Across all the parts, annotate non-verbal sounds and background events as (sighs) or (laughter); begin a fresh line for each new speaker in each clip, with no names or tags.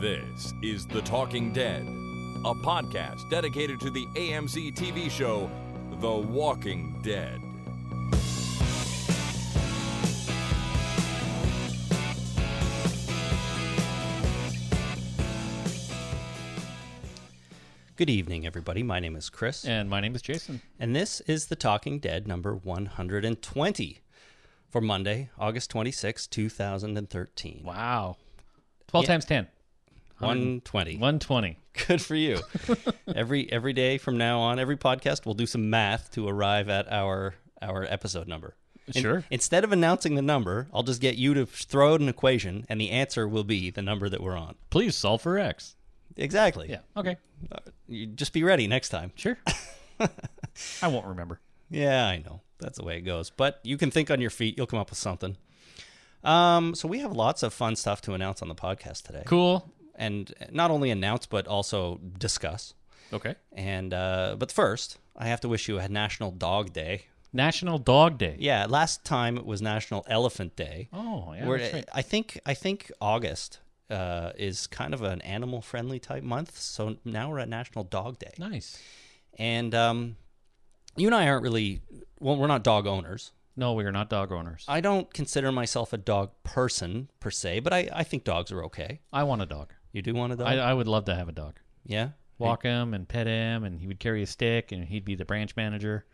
This is The Talking Dead, a podcast dedicated to the AMC TV show The Walking Dead.
Good evening, everybody. My name is Chris,
And my name is Jason.
and this is The Talking Dead number 120 for Monday, August 26, 2013.
Wow. 12
Yeah.
times 10.
120.
120.
(laughs) Good for
(laughs)
you. every every day from now on, every podcast we'll do some math to arrive at our our episode number. In-
Sure.
Instead of announcing the number, I'll just get you to throw out an equation and the answer will be the number that we're on.
Please solve for X.
Exactly. Uh,
Yeah. Okay.
You just be ready next time.
(laughs) Sure. I won't remember.
Yeah, I know. That's the way it goes. But you can think on your feet. You'll come up with something. Um, so we have lots of fun stuff to announce on the podcast today,
Cool.
and not only announce but also discuss.
Okay.
And uh, but first, I have to wish you a National Dog Day.
National Dog Day.
Yeah, last time it was National Elephant Day.
Oh, yeah.
Where-
that's right.
I think I think August uh, is kind of an animal friendly type month. So now we're at National Dog Day.
Nice.
And um, you and I aren't really well. We're not dog owners.
No, we are not dog owners.
I don't consider myself a dog person per se, but I, I think dogs are okay.
I want a dog.
You do want a dog?
I, I would love to have a dog.
yeah.
Walk him and pet him, and he would carry a stick, and he'd be the branch manager.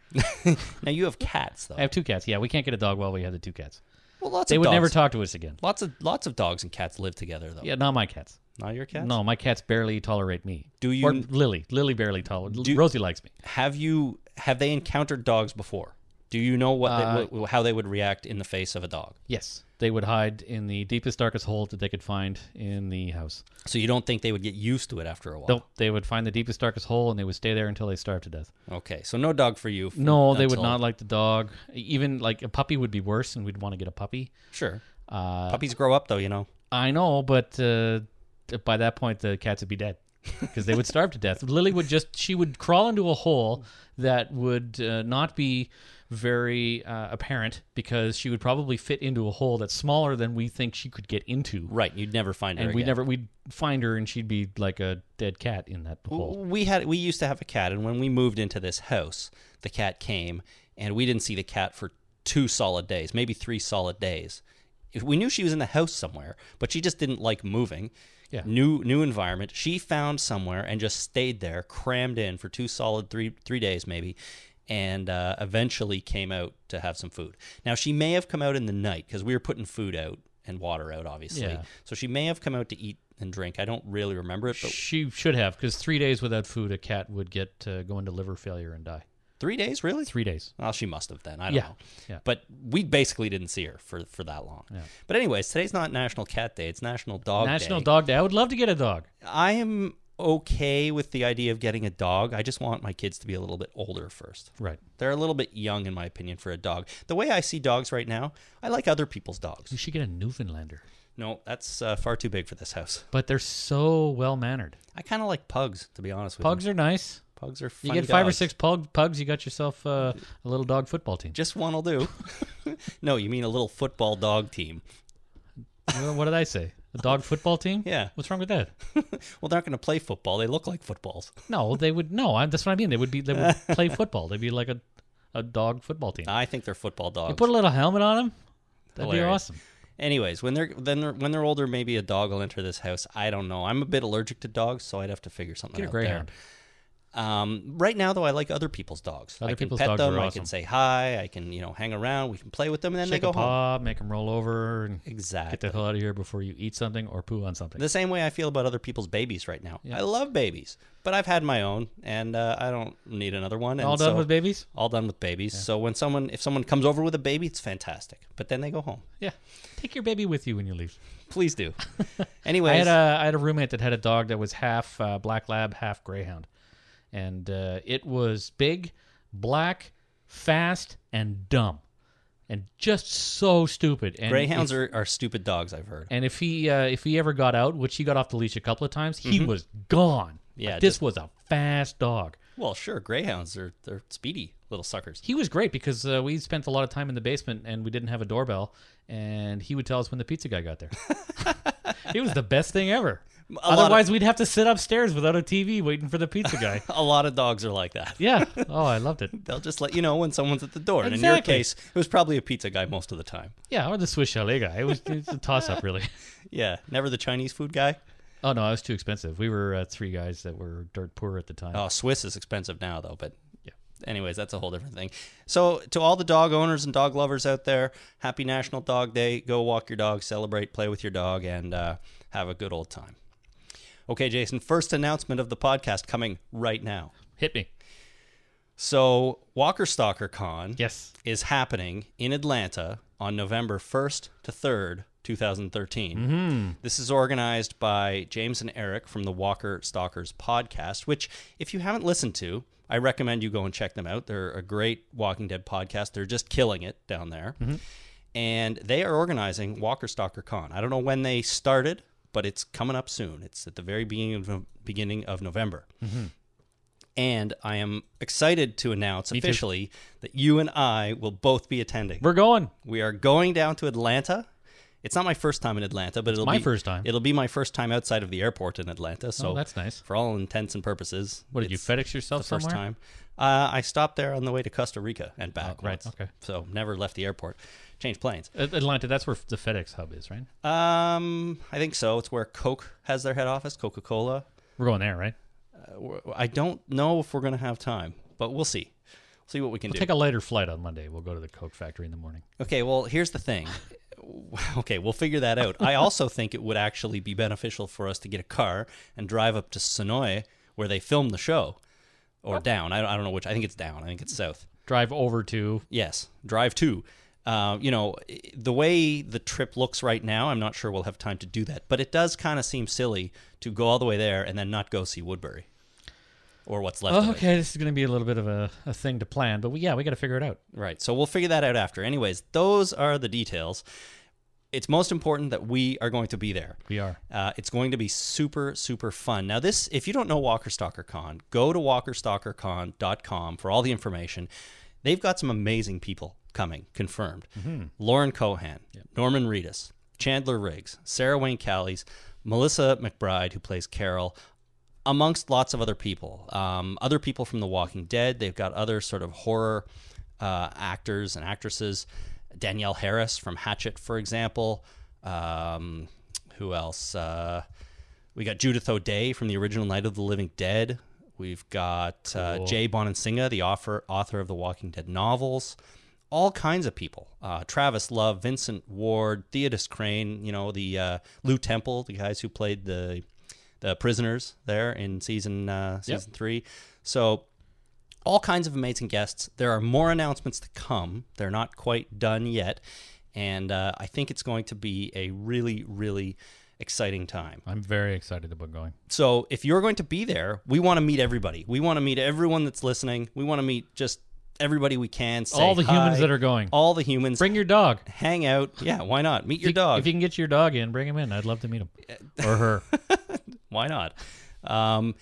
Now you have cats though.
I have two cats. Yeah, we can't get a dog while we have the two cats.
well, lots
They
of
would
dogs.
never talk to us again.
Lots of lots of dogs and cats live together though.
Yeah, not my cats.
Not your cats.
No, my cats barely tolerate me.
Do you-
Or Lily. Lily barely tolerates.
Do-
Rosie likes me.
Have you have they encountered dogs before? Do you know what,
Uh,
they, what how they would react in the face of a dog?
Yes, they would hide in the deepest, darkest hole that they could find in the house.
So you don't think they would get used to it after a while?
Nope, they would find the deepest, darkest hole, and they would stay there until they starved to death.
Okay, so no dog for you. for-
No, they
that's
would
all.
not like the dog. Even like a puppy would be worse, and we'd want to get a puppy.
Sure,
Uh,
puppies grow up though, you know.
I know, but uh, by that point, the cats would be dead because they would starve to death. Lily would just she would crawl into a hole that would uh, not be very uh, apparent because she would probably fit into a hole that's smaller than we think she could get into.
Right, you'd never find her.
and we
again.
never we'd find her and she'd be like a dead cat in that hole
we had we used to have a cat and when we moved into this house the cat came and we didn't see the cat for two solid days maybe three solid days If- we knew she was in the house somewhere but she just didn't like moving
Yeah.
new new environment she found somewhere and just stayed there crammed in for two solid three three days maybe and uh, eventually came out to have some food now she may have come out in the night because we were putting food out and water out obviously
Yeah.
so she may have come out to eat and drink i don't really remember it but
she should have because three days without food a cat would get uh, go into liver failure and die
three days really
three days
Well, she must have then. I don't
Yeah,
know.
yeah.
But we basically didn't see her for, for that long. But anyways, today's not National Cat Day. It's National Dog
national
Day.
dog day i would love to get a dog
I am okay with the idea of getting a dog. I just want my kids to be a little bit older first.
right
They're a little bit young, in my opinion, for a dog. The way I see dogs right now, I like other people's
you
dogs.
should get a newfoundlander
No, that's uh, far too big for this house.
but they're so well mannered
I kind of like pugs, to be honest with
pugs are nice
you. Pugs are
you
fun
get five or
dogs.
six pug, pugs you got yourself uh, a little dog
(laughs)
football team
Just one will do. no, you mean a little football dog team.
Well, what did i say a dog football team
Yeah.
what's wrong with that
Well, they're not going to play football. They look like footballs.
no they would no I, that's what i mean they would be they
(laughs)
would play football they'd be like a, a dog football team
I think they're football dogs.
You put a little helmet on him. That'd be
Hilarious.
awesome.
Anyways, when they're then they're, when they're older, maybe a dog will enter this house. I don't know. I'm a bit allergic to dogs, so I'd have to figure something
Get a
out
greyhound.
there. Um, right now, though, I like other people's dogs.
Other
I can
people's
pet
dogs
them.
are
I can
awesome.
say hi. I can you know hang around. We can play with them, and then
Shake
they go
a
home.
paw, make him roll over, and get
Exactly.
the hell out of here before you eat something or poo on something.
The same way I feel about other people's babies right now. I love babies, but I've had my own, and uh, I don't need another one. And
All done
so-
with babies?
All done with babies. So when someone, if someone comes over with a baby, it's fantastic. But then they go home.
Yeah. Take your baby with you when you leave.
Please
(laughs)
do. Anyways,
I had a I had a roommate that had a dog that was half uh, black lab, half greyhound, and uh, it was big, black, fast, and dumb, and just so stupid. And
greyhounds
if-
are, are stupid dogs. I've heard.
And if he uh, if he ever got out, which he got off the leash a couple of times, he was gone.
Mm-hmm. Yeah,
Like, this
just-
was a fast dog.
Well, sure, greyhounds are they're speedy little suckers.
he was great because uh, we spent a lot of time in the basement and we didn't have a (laughs) doorbell and he would tell us when the pizza guy got there it was the best thing ever
A
Otherwise,
lot
we'd have to sit upstairs without a TV waiting for the pizza
(laughs)
guy.
of, a lot of dogs are like that. (laughs)
yeah. Oh, I loved it.
They'll just let you know when someone's at the door. And in your
Exactly.
case, it was probably a pizza guy most of the time.
Yeah, or the Swiss chalet guy. It was it's a toss
(laughs)
up, really.
Yeah, never the Chinese food guy.
Oh no, I was too expensive. We were uh, three guys that were dirt poor at the time.
Oh, Swiss is expensive now though, but
Yeah.
Anyways, that's a whole different thing. So, to all the dog owners and dog lovers out there, happy National Dog Day. Go walk your dog, celebrate, play with your dog, and uh, have a good old time. Okay, Jason, first announcement of the podcast coming right now.
Hit me.
So, Walker Stalker Con
Yes.
is happening in Atlanta on November 1st to 3rd, 2013. This is organized by James and Eric from the Walker Stalkers podcast, which, if you haven't listened to, I recommend you go and check them out. They're a great Walking Dead podcast. They're just killing it down there. And they are organizing Walker Stalker Con. I don't know when they started, but it's coming up soon. It's at the very beginning of, beginning of November. And I am excited to announce officially that you and I will both be attending.
We're going.
We are going down to Atlanta. It's not my first time in Atlanta, but it'll
my
be
first time.
It'll be my first time outside of the airport in Atlanta. So
Oh, that's nice.
For all intents and purposes,
What did you
it's
FedEx yourself
the first
somewhere?
time? Uh, I stopped there on the way to Costa Rica and back.
Oh, right,
once.
okay.
So never left the airport. Changed planes.
At- Atlanta. That's where the FedEx hub is, right?
Um, I think so. It's where Coke has their head office, Coca Cola.
We're going there, right?
I don't know if we're gonna have time, but we'll see. See what we can do.
Take a later flight on Monday. We'll go to the Coke factory in the morning.
Okay, well, here's the thing. (laughs) Okay, we'll figure that out. I also think it would actually be beneficial for us to get a car and drive up to Sonoy where they filmed the show or down. I don't, I don't know which. I think it's down. I think it's south.
Drive over to.
Yes, drive to. Uh, you know, i- the way the trip looks right now, I'm not sure we'll have time to do that. But it does kind of seem silly to go all the way there and then not go see Woodbury or what's left of it.
Oh, okay, this is going to be a little bit of a, a thing to plan, but we, yeah, we got to figure it out.
Right. So we'll figure that out after. Anyways, those are the details. It's most important that we are going to be there.
We are.
Uh, it's going to be super, super fun. Now, this, if you don't know Walker Stalker Con, go to walkerstalkercon.com for all the information. They've got some amazing people coming, confirmed. Lauren Cohan, Norman Reedus, Chandler Riggs, Sarah Wayne Callies, Melissa McBride, who plays Carol, amongst lots of other people. Um, other people from The Walking Dead. They've got other sort of horror uh, actors and actresses. Danielle Harris from Hatchet, for example. Um, who else? Uh, we got Judith O'Day from the original Night of the Living Dead. We've got uh, Jay Bonansinga, the author, author of the Walking Dead novels. All kinds of people: uh, Travis Love, Vincent Ward, Theodis Crane. You know the uh, Lou Temple, the guys who played the the prisoners there in season uh,
Yep.
season three. So all kinds of amazing guests. There are more announcements to come. They're not quite done yet, and uh, I think it's going to be a really, really exciting time.
I'm very excited about going.
So if you're going to be there, we want to meet everybody. We want to meet everyone that's listening. We want to meet just everybody we can. say
All the humans
hi.
that are going.
All the humans.
Bring your dog.
Hang out. Yeah, why not? Meet your
If-
dog.
If you can get your dog in, bring him in. I'd love to meet him
(laughs)
or her.
why not? Um,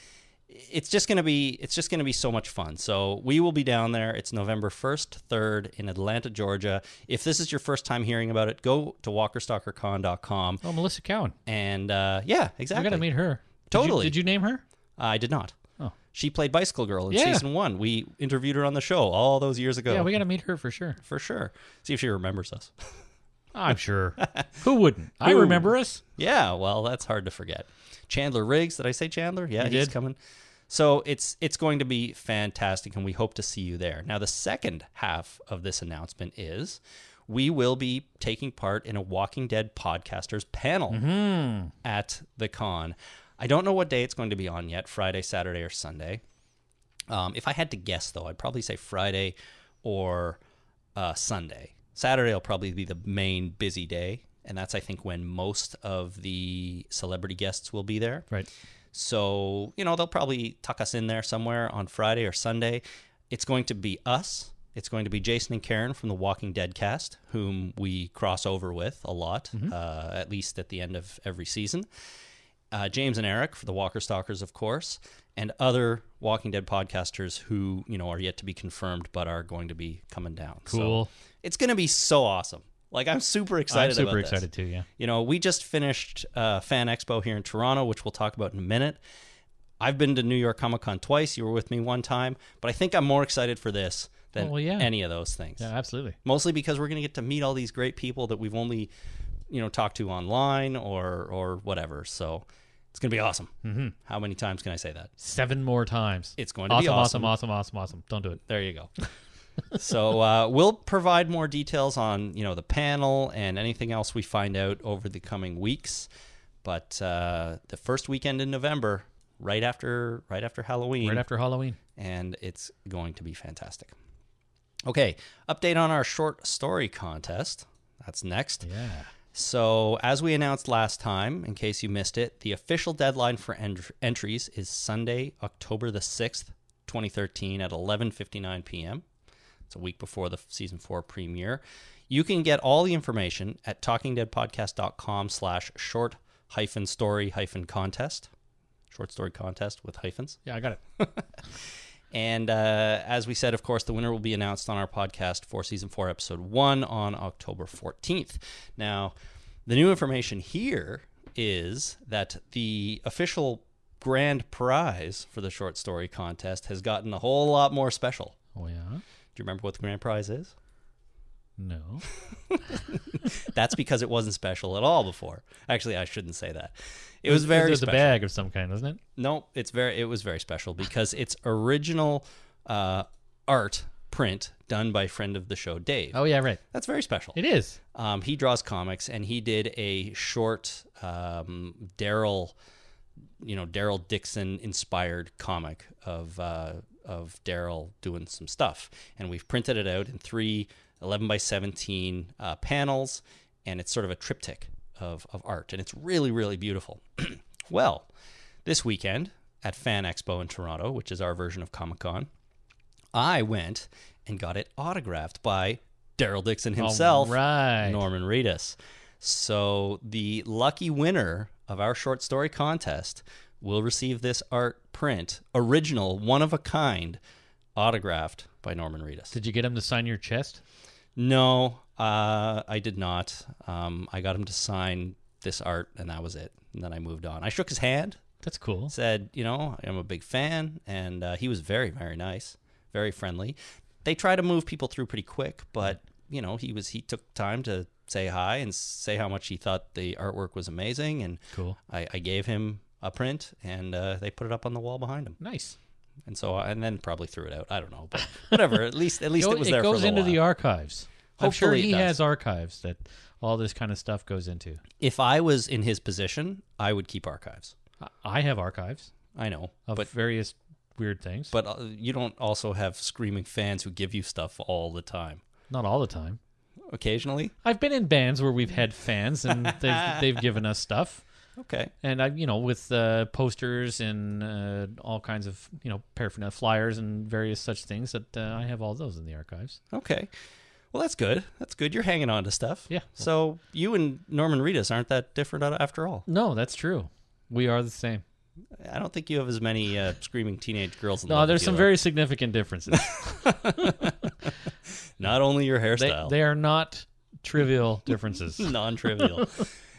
it's just gonna be it's just gonna be so much fun. So we will be down there. It's November first, third in Atlanta, Georgia. If this is your first time hearing about it, go to walkerstalkercon.com
Oh, Melissa Cowan.
and uh, yeah,
I
exactly.
got to meet her. Did you-
Totally.
Did you, name her?
I did not.
Oh.
She played Bicycle Girl in
Yeah.
season one. We interviewed her on the show all those years ago.
Yeah, we got to meet her
(laughs)
for sure.
for sure. See if she remembers us.
I'm sure. Who wouldn't? I remember us.
Yeah, well, that's hard to forget. Chandler Riggs, did I say Chandler? Yeah, he's
did.
coming. So it's it's going to be fantastic, and we hope to see you there. Now, the second half of this announcement is we will be taking part in a Walking Dead podcasters panel at the con. I don't know what day it's going to be on yet Friday, Saturday, or Sunday. Um, if I had to guess, though, I'd probably say Friday or uh, Sunday. Saturday will probably be the main busy day, and that's I think when most of the celebrity guests will be there.
Right.
So you know they'll probably tuck us in there somewhere on Friday or Sunday. It's going to be us. It's going to be Jason and Karen from the Walking Dead cast, whom we cross over with a lot,
Mm-hmm.
uh, at least at the end of every season uh, James and Eric for the Walker Stalkers, of course, and other Walking Dead podcasters who you know are yet to be confirmed but are going to be coming down. So
Cool.
it's going to be so awesome. Like I'm super excited.
I'm
about
super
this.
excited too. Yeah.
You know, we just finished uh, Fan Expo here in Toronto, which we'll talk about in a minute. I've been to New York Comic Con twice. You were with me one time, but I think I'm more excited for this than
Oh, well, yeah.
any of those things.
Yeah, absolutely.
Mostly because we're going to get to meet all these great people that we've only, you know, talked to online or or whatever. So it's going to be awesome. Mm-hmm. How many times can I say that?
Seven more times.
It's going to
awesome,
be awesome.
awesome, awesome, awesome, awesome. Don't do it.
There you go. so uh, we'll provide more details on you know the panel and anything else we find out over the coming weeks. But uh, the first weekend in November, right after right after Halloween,
Right after Halloween.
and it's going to be fantastic. Okay, update on our short story contest. That's next.
Yeah.
So, as we announced last time, in case you missed it, the official deadline for en- entries is Sunday, October the 6th, 2013 at 11:59 p.m. It's a week before the f- season 4 premiere. You can get all the information at talkingdeadpodcast.com slash short hyphen story hyphen contest. Short story contest with hyphens.
Yeah, I got it.
(laughs) And uh, as we said, of course, the winner will be announced on our podcast for season four, episode one, on October 14th. Now, the new information here is that the official grand prize for the short story contest has gotten a whole lot more special.
Oh yeah.
Do you remember what the grand prize is?
No.
That's because it wasn't special at all before. Actually, I shouldn't say that. It was very
There's
special.
a bag of some kind, wasn't it?
No, it's very. It was very special because it's original uh, art print done by friend of the show Dave.
Oh yeah, right.
That's very special.
It is.
Um, he draws comics, and he did a short um, Daryl, you know, Daryl Dixon inspired comic of uh, of Daryl doing some stuff, and we've printed it out in three 11 by 17 uh, panels, and it's sort of a triptych of of art, and it's really really beautiful. (clears throat) well, this weekend at Fan Expo in Toronto, which is our version of Comic Con, I went and got it autographed by Daryl Dixon himself.
All right.
Norman Reedus. So the lucky winner of our short story contest will receive this art print, original, one of a kind, autographed by Norman Reedus.
Did you get him to sign your chest?
No, uh, I did not. Um, I got him to sign this art, and that was it. And then I moved on. I shook his hand,
That's cool.
said, "You know, I'm a big fan," and uh, he was very, very nice, very friendly. They try to move people through pretty quick, but you know, he was he took time to say hi and say how much he thought the artwork was amazing, and
Cool.
I, I gave him a print, and uh, they put it up on the wall behind him,
Nice.
and so uh, and then probably threw it out. I don't know, but whatever. at least at least it, was there
goes
for a
into
little
the
while.
archives. I'm sure
Hopefully it
he
does.
has archives that all this kind of stuff goes into.
If I was in his position, I would keep archives.
I- I have archives
I know,
of
but
various weird things.
but uh, you don't also have screaming fans who give you stuff all the time.
Not all the time.
Occasionally,
I've been in bands where we've had fans and
(laughs)
they've they've given us stuff.
okay.
and I, you know, with uh, posters and uh, all kinds of you know paraphernalia, flyers and various such things that uh, I have all those in the archives.
Okay. Well, that's good. That's good. You're hanging on to stuff.
Yeah.
So you and Norman Reedus aren't that different a- after all.
No, that's true. We are the same.
I don't think you have as many uh, screaming teenage girls. In
No,
love
there's
with
some
you.
very significant differences.
not only your
they, (laughs)
hairstyle,
they are not (laughs) trivial differences.
non-trivial.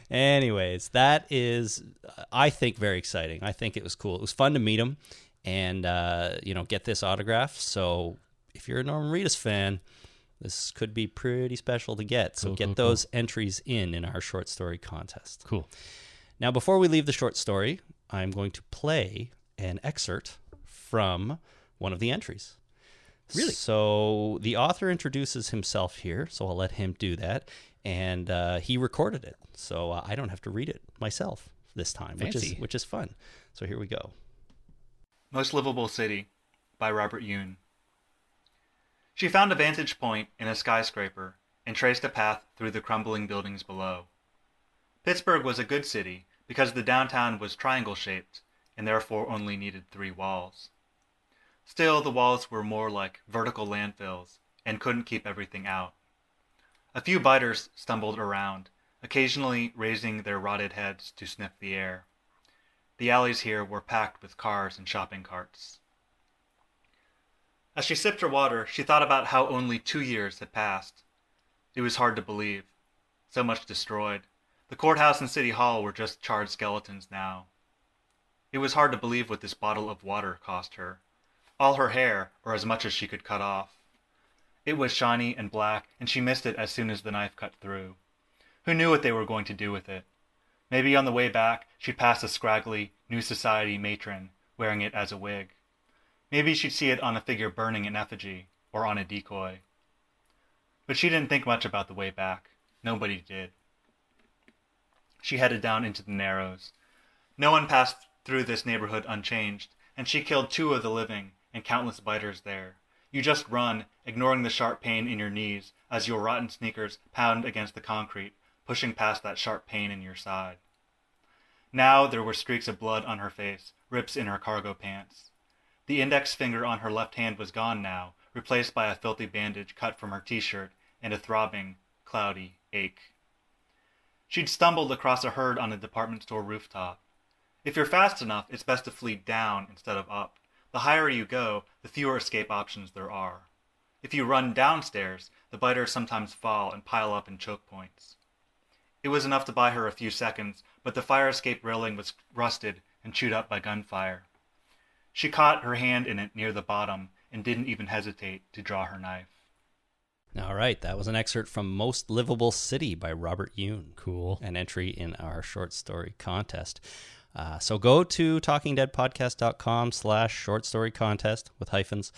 Anyways, that is, uh, I think, very exciting. I think it was cool. It was fun to meet him, and uh, you know, get this autograph. So if you're a Norman Reedus fan, this could be pretty special to get. So
Cool,
get
cool, cool.
those entries in in our short story contest.
Cool.
Now, before we leave the short story, I'm going to play an excerpt from one of the entries.
Really?
So the author introduces himself here, so I'll let him do that. And uh, he recorded it, so uh, I don't have to read it myself this time, which
Fancy.
is which is fun. So here we go.
Most Livable City by Robert Yoon. She found a vantage point in a skyscraper and traced a path through the crumbling buildings below. Pittsburgh was a good city because the downtown was triangle shaped and therefore only needed three walls. Still, the walls were more like vertical landfills and couldn't keep everything out. A few biters stumbled around, occasionally raising their rotted heads to sniff the air. The alleys here were packed with cars and shopping carts. As she sipped her water, she thought about how only two years had passed. It was hard to believe, so much destroyed. The courthouse and city hall were just charred skeletons now. It was hard to believe what this bottle of water cost her. All her hair, or as much as she could cut off. It was shiny and black, and she missed it as soon as the knife cut through. Who knew what they were going to do with it? Maybe on the way back she'd pass a scraggly New Society matron wearing it as a wig. Maybe she'd see it on a figure burning in effigy, or on a decoy. But she didn't think much about the way back. Nobody did. She headed down into the Narrows. No one passed through this neighborhood unchanged, and she killed two of the living and countless biters there. You just run, ignoring the sharp pain in your knees as your rotten sneakers pound against the concrete, pushing past that sharp pain in your side. Now there were streaks of blood on her face, rips in her cargo pants. The index finger on her left hand was gone now, replaced by a filthy bandage cut from her t shirt and a throbbing, cloudy ache. She'd stumbled across a herd on a department store rooftop. If you're fast enough, it's best to flee down instead of up. The higher you go, the fewer escape options there are. If you run downstairs, the biters sometimes fall and pile up in choke points. It was enough to buy her a few seconds, but the fire escape railing was rusted and chewed up by gunfire. She caught her hand in it near the bottom and didn't even hesitate to draw her knife.
All right, that was an excerpt from Most Livable City by Robert Yoon.
Cool.
An entry in our short story contest. Uh, so go to talkingdeadpodcast.com slash short story contest with hyphens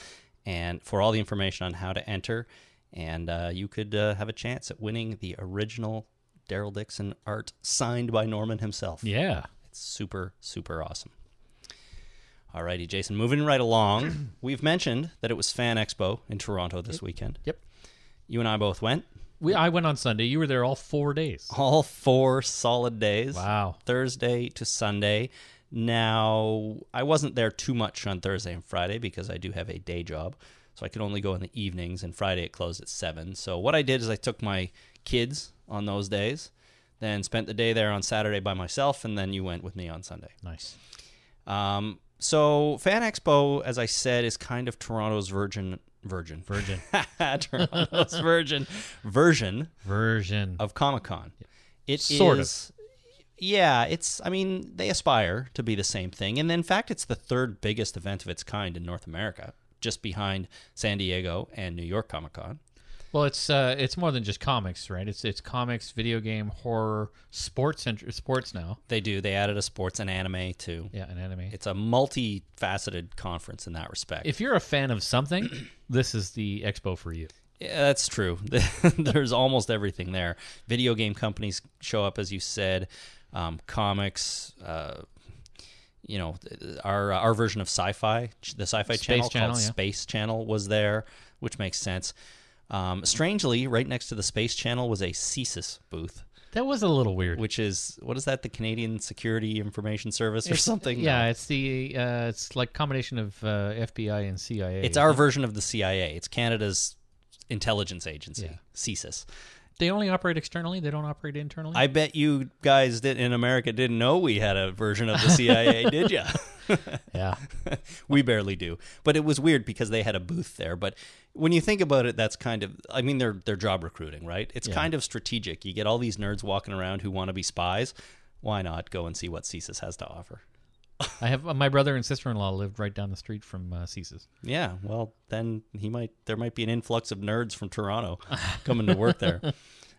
and for all the information on how to enter. And uh, you could uh, have a chance at winning the original Daryl Dixon art signed by Norman himself.
Yeah.
It's super, super awesome. Alrighty, Jason, moving right along. (clears throat) We've mentioned that it was Fan Expo in Toronto this weekend.
Yep.
You and I both went
We, I went on Sunday. You were there all four days.
all four solid days.
Wow.
Thursday to Sunday. Now, I wasn't there too much on Thursday and Friday because I do have a day job. So I could only go in the evenings, and Friday it closed at 7. So what I did is I took my kids on those days, then spent the day there on Saturday by myself, and then you went with me on Sunday.
Nice.
Um, so Fan Expo, as I said, is kind of Toronto's virgin. Virgin.
Virgin.
(laughs) Toronto's virgin version
Version.
of Comic Con. It is,
Sort of.
Yeah, it's. I mean, they aspire to be the same thing, and in fact, it's the third biggest event of its kind in North America, just behind San Diego and New York Comic Con.
(laughs) Well, it's uh, it's more than just comics, right? It's it's comics, video game, horror, sports, and sports now.
They do. They added a sports and anime too.
Yeah, and anime.
It's a multifaceted conference in that respect.
if you're a fan
(clears throat)
of something, this is the expo for you.
Yeah, that's true. (laughs) There's almost everything there. Video game companies show up, as you said. Um, comics, uh, you know, th- our uh, our version of sci-fi, the sci-fi
Space
channel,
Channel,
called
yeah.
Space Channel, was there, which makes sense. Um, strangely, right next to the Space Channel was a CSIS booth,
That was a little weird.
which is what is that? The Canadian Security Information Service or
It's-
something?
Yeah, it's the uh, it's like combination of uh, FBI and CIA.
it's our version of the CIA. It's Canada's intelligence agency,
Yeah.
CSIS.
They only operate externally. They don't operate internally.
I bet you guys did, in America didn't know we had a version of the CIA, did ya? (laughs)
yeah.
we barely do. But it was weird because they had a booth there. But when you think about it, that's kind of I mean they're they're job recruiting, right? It's kind of strategic. You get all these nerds walking around who want to be spies. Why not go and see what CSIS has to offer?
I have uh, my brother and sister in law lived right down the street from uh, Ceases.
Yeah, well, then he might. There might be an influx of nerds from Toronto coming to work there.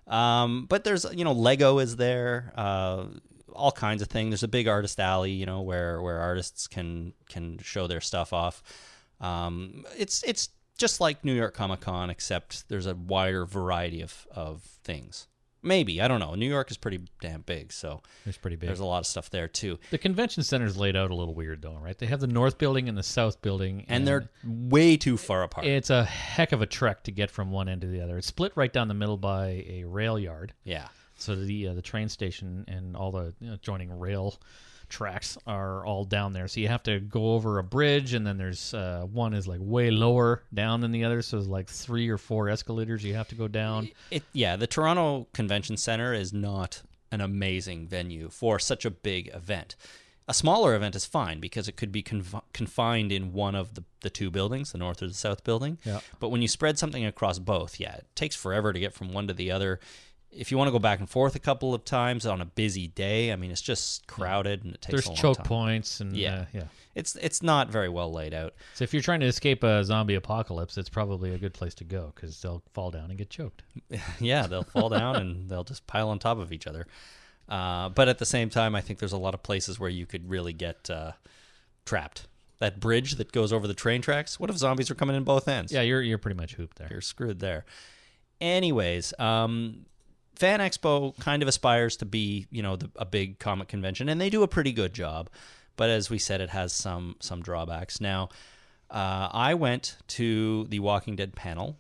Um, but there's, you know, Lego is there. Uh, all kinds of things. There's a big artist alley, you know, where where artists can can show their stuff off. Um, it's it's just like New York Comic Con, except there's a wider variety of of things. Maybe I don't know. New York is pretty damn big, so
It's pretty big.
there's a lot of stuff there too.
The convention center's laid out a little weird though, right? They have the north building and the south building,
And they're way too far apart.
it's a heck of a trek to get from one end to the other. It's split right down the middle by a rail yard,
yeah.
so the uh, the train station and all the you know, adjoining rail tracks are all down there. So you have to go over a bridge, and then there's uh, one is like way lower down than the other, so there's like three or four escalators you have to go down.
It yeah, the Toronto Convention Center is not an amazing venue for such a big event. A smaller event is fine because it could be conf- confined in one of the, the two buildings, the north or the south building.
Yeah.
But when you spread something across both, yeah, it takes forever to get from one to the other. if you want to go back and forth a couple of times on a busy day, I mean, it's just crowded and it takes
There's
a long
choke
time.
points and
Yeah.
yeah. Uh, yeah.
It's it's not very well laid out.
So if you're trying to escape a zombie apocalypse, it's probably a good place to go because they'll fall down and get choked.
yeah, they'll fall down and (laughs) they'll just pile on top of each other. Uh, but at the same time, I think there's a lot of places where you could really get uh, trapped. That bridge that goes over the train tracks. What if zombies are coming in both ends?
Yeah, you're you're pretty much hooped there.
you're screwed there. Anyways, um, Fan Expo kind of aspires to be, you know, the, a big comic convention, and they do a pretty good job. But as we said, it has some some drawbacks. Now, uh, I went to the Walking Dead panel.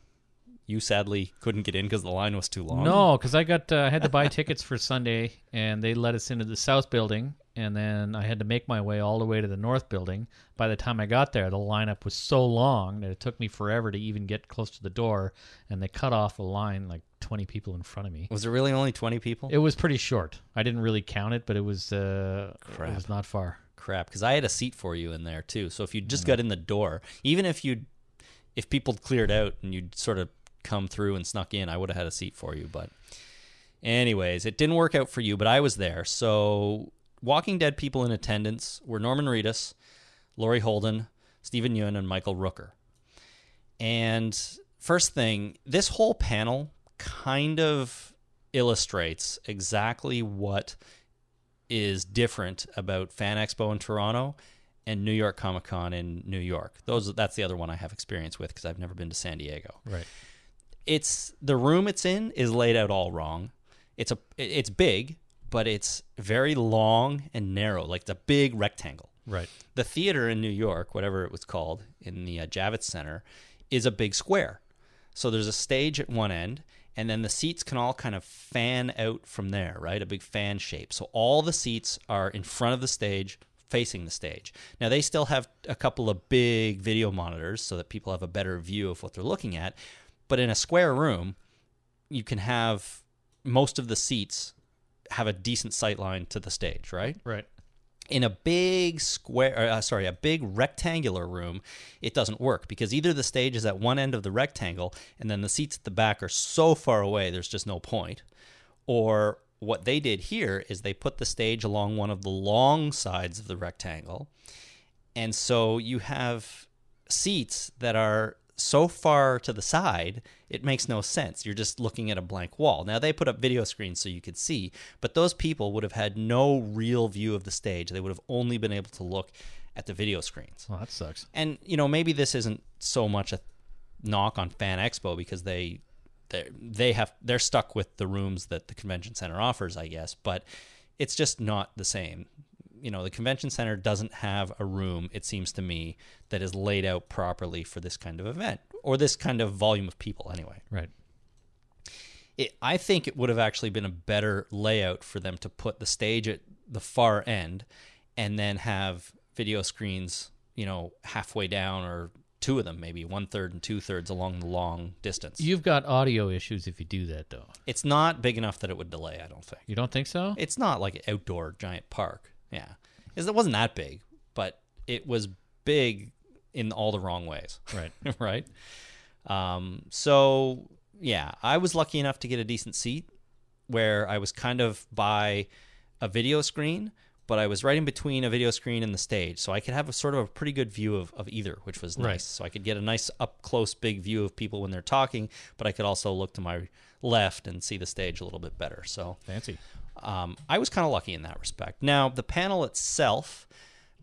You sadly couldn't get in because the line was too long.
No, because I got uh, I had to buy tickets for Sunday, and they let us into the south building, and then I had to make my way all the way to the north building. By the time I got there, the lineup was so long that it took me forever to even get close to the door, and they cut off a line like twenty people in front of me.
Was it really only 20 people?
It was pretty short. I didn't really count it, but it was uh,
Crap.
it was not far.
Crap, because I had a seat for you in there too. So if you just got in the door, even if you, if people cleared out and you'd sort of come through and snuck in, I would have had a seat for you. But, anyways, it didn't work out for you, but I was there. So Walking Dead people in attendance were Norman Reedus, Lori Holden, Stephen Yeun, and Michael Rooker. And first thing, this whole panel kind of illustrates exactly what is different about Fan Expo in Toronto and New York Comic Con in New York. Those that's the other one I have experience with because I've never been to San Diego.
Right.
It's the room it's in is laid out all wrong. It's a it- it's big, but it's very long and narrow, like the big rectangle
Right.
the theater in New York, whatever it was called, in the uh, Javits Center, is a big square. So there's a stage at one end, and then the seats can all kind of fan out from there, right? A big fan shape. So all the seats are in front of the stage, facing the stage. Now they still have a couple of big video monitors so that people have a better view of what they're looking at. But in a square room, you can have most of the seats have a decent sight line to the stage, right?
Right.
in a big square or, uh, sorry a big rectangular room it doesn't work because either the stage is at one end of the rectangle and then the seats at the back are so far away there's just no point or what they did here is they put the stage along one of the long sides of the rectangle and so you have seats that are so far to the side, it makes no sense. You're just looking at a blank wall. Now, they put up video screens so you could see, but those people would have had no real view of the stage. They would have only been able to look at the video screens.
Well, that sucks.
And, you know, maybe this isn't so much a knock on Fan Expo because they. they're- They have they're stuck with the rooms that the convention center offers, I guess, but it's just not the same you know the convention center doesn't have a room it seems to me that is laid out properly for this kind of event or this kind of volume of people anyway
Right.
it, i think it would have actually been a better layout for them to put the stage at the far end and then have video screens you know halfway down or two of them maybe one third and two thirds along the long distance
You've got audio issues if you do that, though.
it's not big enough that it would delay i don't think
You don't think so?
it's not like an outdoor giant park. Yeah. 'Cause It wasn't that big, but it was big in all the wrong ways, (laughs)
right.
right? Um, so, yeah, I was lucky enough to get a decent seat where I was kind of by a video screen, but I was right in between a video screen and the stage. So I could have a sort of a pretty good view of, of either, which was nice.
Right.
So I could get a nice up close, big view of people when they're talking, but I could also look to my left and see the stage a little bit better. So,
(laughs) Fancy.
um, I was kind of lucky in that respect. Now, the panel itself,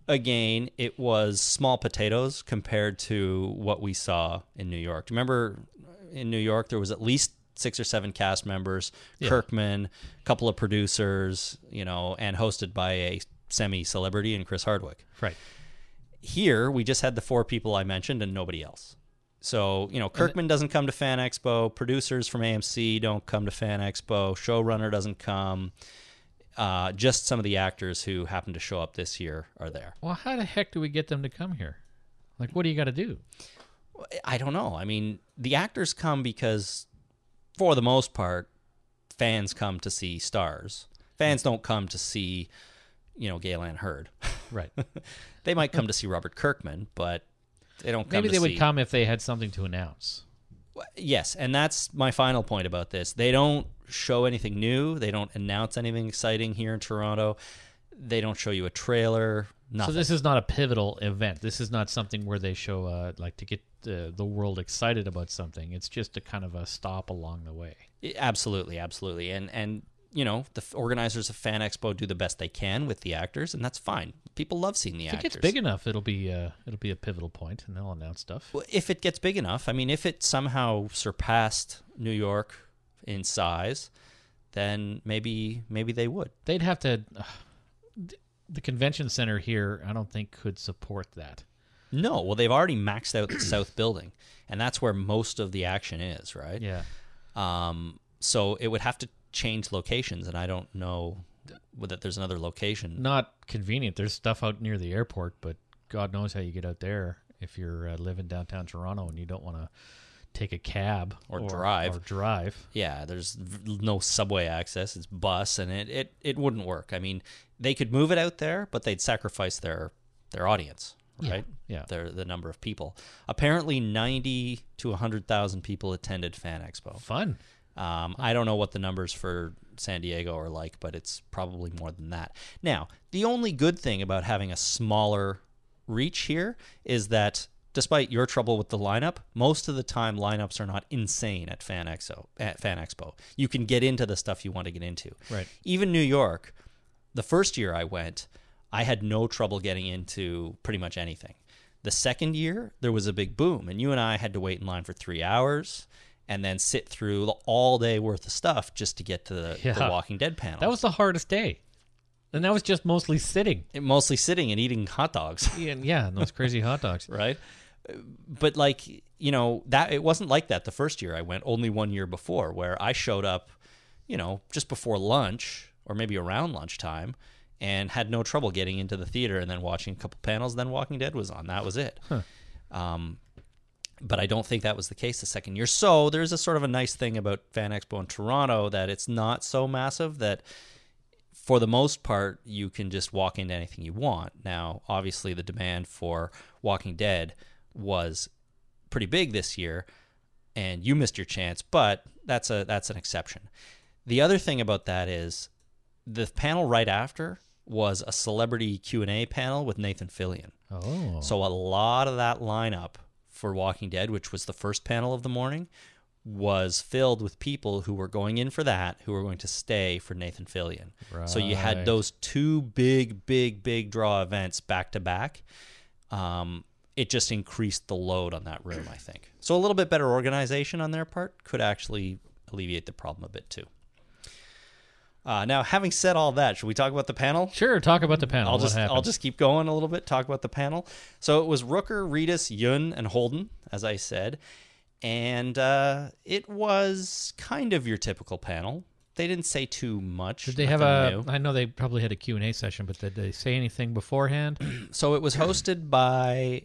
again, it was small potatoes compared to what we saw in New York. Do you Remember, uh, in New York, there was at least six or seven cast members, Kirkman, a couple of producers, you know, and hosted by a semi celebrity and Chris Hardwick
Right.
here we just had the four people I mentioned and nobody else. So, you know, Kirkman doesn't come to Fan Expo, producers from AMC don't come to Fan Expo, showrunner doesn't come. Uh, just some of the actors who happened to show up this year are there.
Well, how the heck do we get them to come here? Like, what do you got to do?
I don't know. I mean, the actors come because, for the most part, fans come to see stars. Fans don't come to see, you know, Galen Hurd. (laughs)
(laughs) Right.
they might come to see Robert Kirkman, but they don't come
Maybe
to
they
see...
would come if they had something to announce.
Yes, and that's my final point about this. They don't show anything new. They don't announce anything exciting here in Toronto. They don't show you a trailer. Nothing.
So this is not a pivotal event. This is not something where they show uh, like to get uh, the world excited about something. It's just a kind of a stop along the way.
I- absolutely, absolutely, and and you know the f- organizers of Fan Expo do the best they can with the actors, and that's fine. People love seeing the
If it
actors.
gets big enough, it'll be uh, it'll be a pivotal point, and they'll announce stuff.
Well, if it gets big enough, I mean, if it somehow surpassed New York in size, then maybe maybe they would.
They'd have to. th- the convention center here, I don't think, could support that.
No, well, they've already maxed out the South Building, and that's where most of the action is, right?
Yeah.
Um, so it would have to change locations, and I don't know that there's another location.
Not convenient. There's stuff out near the airport, but God knows how you get out there if you're uh, living downtown Toronto and you don't want to take a cab
Or drive.
Or drive.
Yeah, there's v- no subway access. It's bus, and it, it, it wouldn't work. I mean, they could move it out there, but they'd sacrifice their their audience, right?
yeah.
Their, the number of people. Apparently, ninety to hundred thousand people attended Fan Expo.
Fun.
Um, I don't know what the numbers for San Diego are like, but it's probably more than that. Now, the only good thing about having a smaller reach here is that despite your trouble with the lineup, most of the time lineups are not insane at Fan Expo. At Fan Expo, you can get into the stuff you want to get into.
Right.
Even New York, the first year I went, I had no trouble getting into pretty much anything. The second year, there was a big boom, and you and I had to wait in line for three hours and then sit through the all day worth of stuff just to get to the, the
Yeah.
Walking Dead panel.
That was the hardest day. And that was just mostly sitting.
It- mostly sitting and eating hot dogs, (laughs)
Yeah, and- yeah, and those crazy hot dogs.
right? But like you know that it wasn't like that the first year I went. Only one year before, where I showed up, you know, just before lunch or maybe around lunchtime, and had no trouble getting into the theater and then watching a couple panels. Then Walking Dead was on. That was it. Um, but I don't think that was the case the second year. So there's a sort of a nice thing about Fan Expo in Toronto that it's not so massive that for the most part you can just walk into anything you want. Now, obviously the demand for Walking Dead was pretty big this year and you missed your chance, but that's a that's an exception. The other thing about that is the panel right after was a celebrity Q&A panel with Nathan Fillion.
Oh.
So a lot of that lineup for Walking Dead, which was the first panel of the morning, was filled with people who were going in for that, who were going to stay for Nathan Fillion. So you had
Right.
those two big, big, big draw events back to back. Um, it just increased the load on that room, I think. So a little bit better organization on their part could actually alleviate the problem a bit too. Uh, now, having said all that, should we talk about the panel?
Sure, talk about the panel.
I'll
What
just
happened?
I'll just keep going a little bit. Talk about the panel. So it was Rooker, Reedus, Yun, and Holden, as I said, and uh, it was kind of your typical panel. They didn't say too much.
Did they have a? I
nothing
know they probably had a Q&A session, but did they say
(clears throat)
anything beforehand?
new. So it was hosted by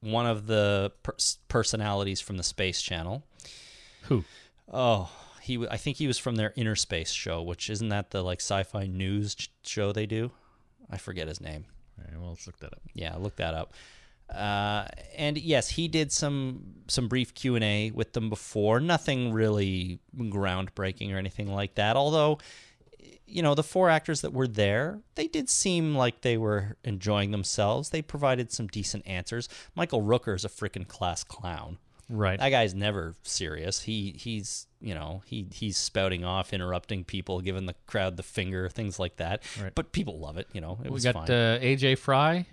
one of the per- personalities from the Space Channel.
Who?
Oh, he. w- I think he was from their Inner Space show, which isn't that the like sci-fi news ch- show they do? I forget his name.
All right, well, let's look that up.
yeah look that up uh, and yes he did some some brief q&a with them before nothing really groundbreaking or anything like that although you know the four actors that were there they did seem like they were enjoying themselves they provided some decent answers michael rooker is a freaking class clown
Right.
that guy's never serious. He he's you know he he's spouting off, interrupting people, giving the crowd the finger, things like that.
Right.
But people love it. You know, it
we
was
got
fine.
uh, AJ Fry,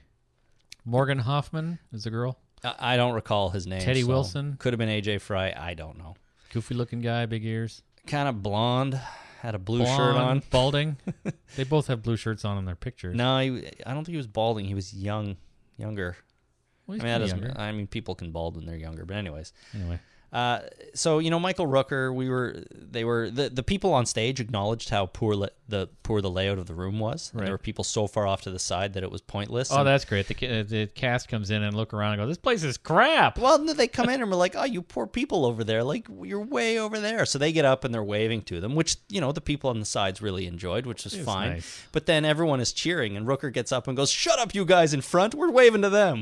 Morgan Hoffman is the girl,
I I don't recall his name.
Teddy Wilson.
Could have been AJ Fry. I don't know.
goofy looking guy, big ears,
Kind of blonde, had a blue shirt on. (laughs)
Blonde, balding. they both have blue shirts on in their pictures.
No, he, I don't think he was balding. He was young, younger. I
Well, he's
mean, that
pretty
doesn't-
younger.
I mean, people can bald when they're younger. But anyways,
Anyway,
Uh, so you know, Michael Rooker, we were they were the, the people on stage acknowledged how poor la- the poor the layout of the room was. And
Right.
There were people so far off to the side that it was pointless.
oh,
And-
that's great. The, ca- uh, the cast comes in and look around and go, "This place is crap."
well, no, they come in and we're like, "Oh, you poor people over there! Like you're way over there." So they get up and they're waving to them, which you know the people on the sides really enjoyed, which was
It's
fine.
nice.
But then everyone is cheering, and Rooker gets up and goes,
(laughs)
"Shut up, you guys in front! We're waving to them."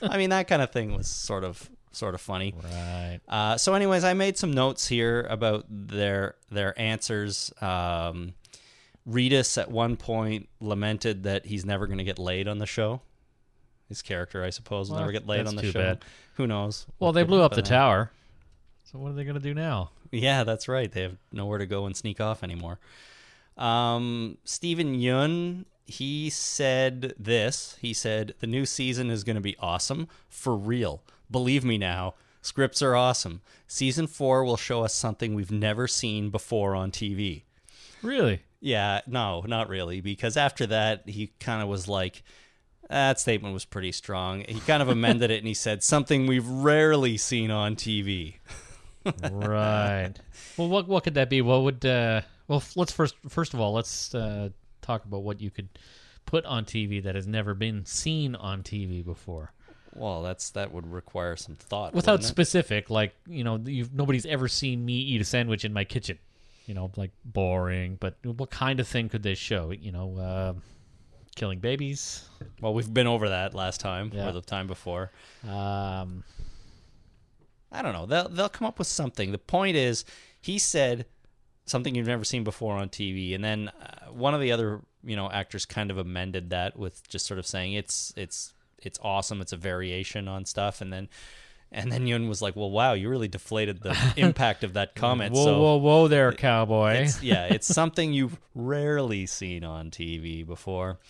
I mean, that kind of thing was sort of sort of funny.
Right.
Uh, so, anyways, I made some notes here about their their answers. Um, Redis at one point lamented that he's never going to get laid on the show. His character, I suppose, will
Well,
never get laid
that's
on the
too
show.
bad.
Who knows?
Well,
what
they
could
blew up the
happen.
tower. So what are they going to do now?
Yeah, that's right. They have nowhere to go and sneak off anymore. Um, Steven Yun, he said this. He said, The new season is going to be awesome for real. Believe me now, scripts are awesome. Season four will show us something we've never seen before on TV. (laughs)
Really?
Yeah, no, not really, because after that, he kind of was like, that statement was pretty strong. He kind of amended it and he said, something we've rarely seen on TV.
right. Well, what what could that be? What would uh, well? f- Let's first first of all let's uh, talk about what you could put on TV that has never been seen on TV before,
Well, that's that would require some thought.
without
wouldn't it?
specific. Like you know, you've, nobody's ever seen me eat a sandwich in my kitchen. You know, like boring. But what kind of thing could they show? You know, uh, killing babies.
Well, we've been over that last time
Yeah.
or the time before.
Um,
I don't know. They'll they'll come up with something. The point is, he said something you've never seen before on TV, and then uh, one of the other you know actors kind of amended that with just sort of saying it's it's it's awesome. It's a variation on stuff, and then. And then Yun was like, "Well, wow, you really deflated
(laughs)
the impact of that comment."
whoa,
so
whoa, whoa, there, cowboy!
It's, yeah,
(laughs)
it's something you've rarely seen on TV before.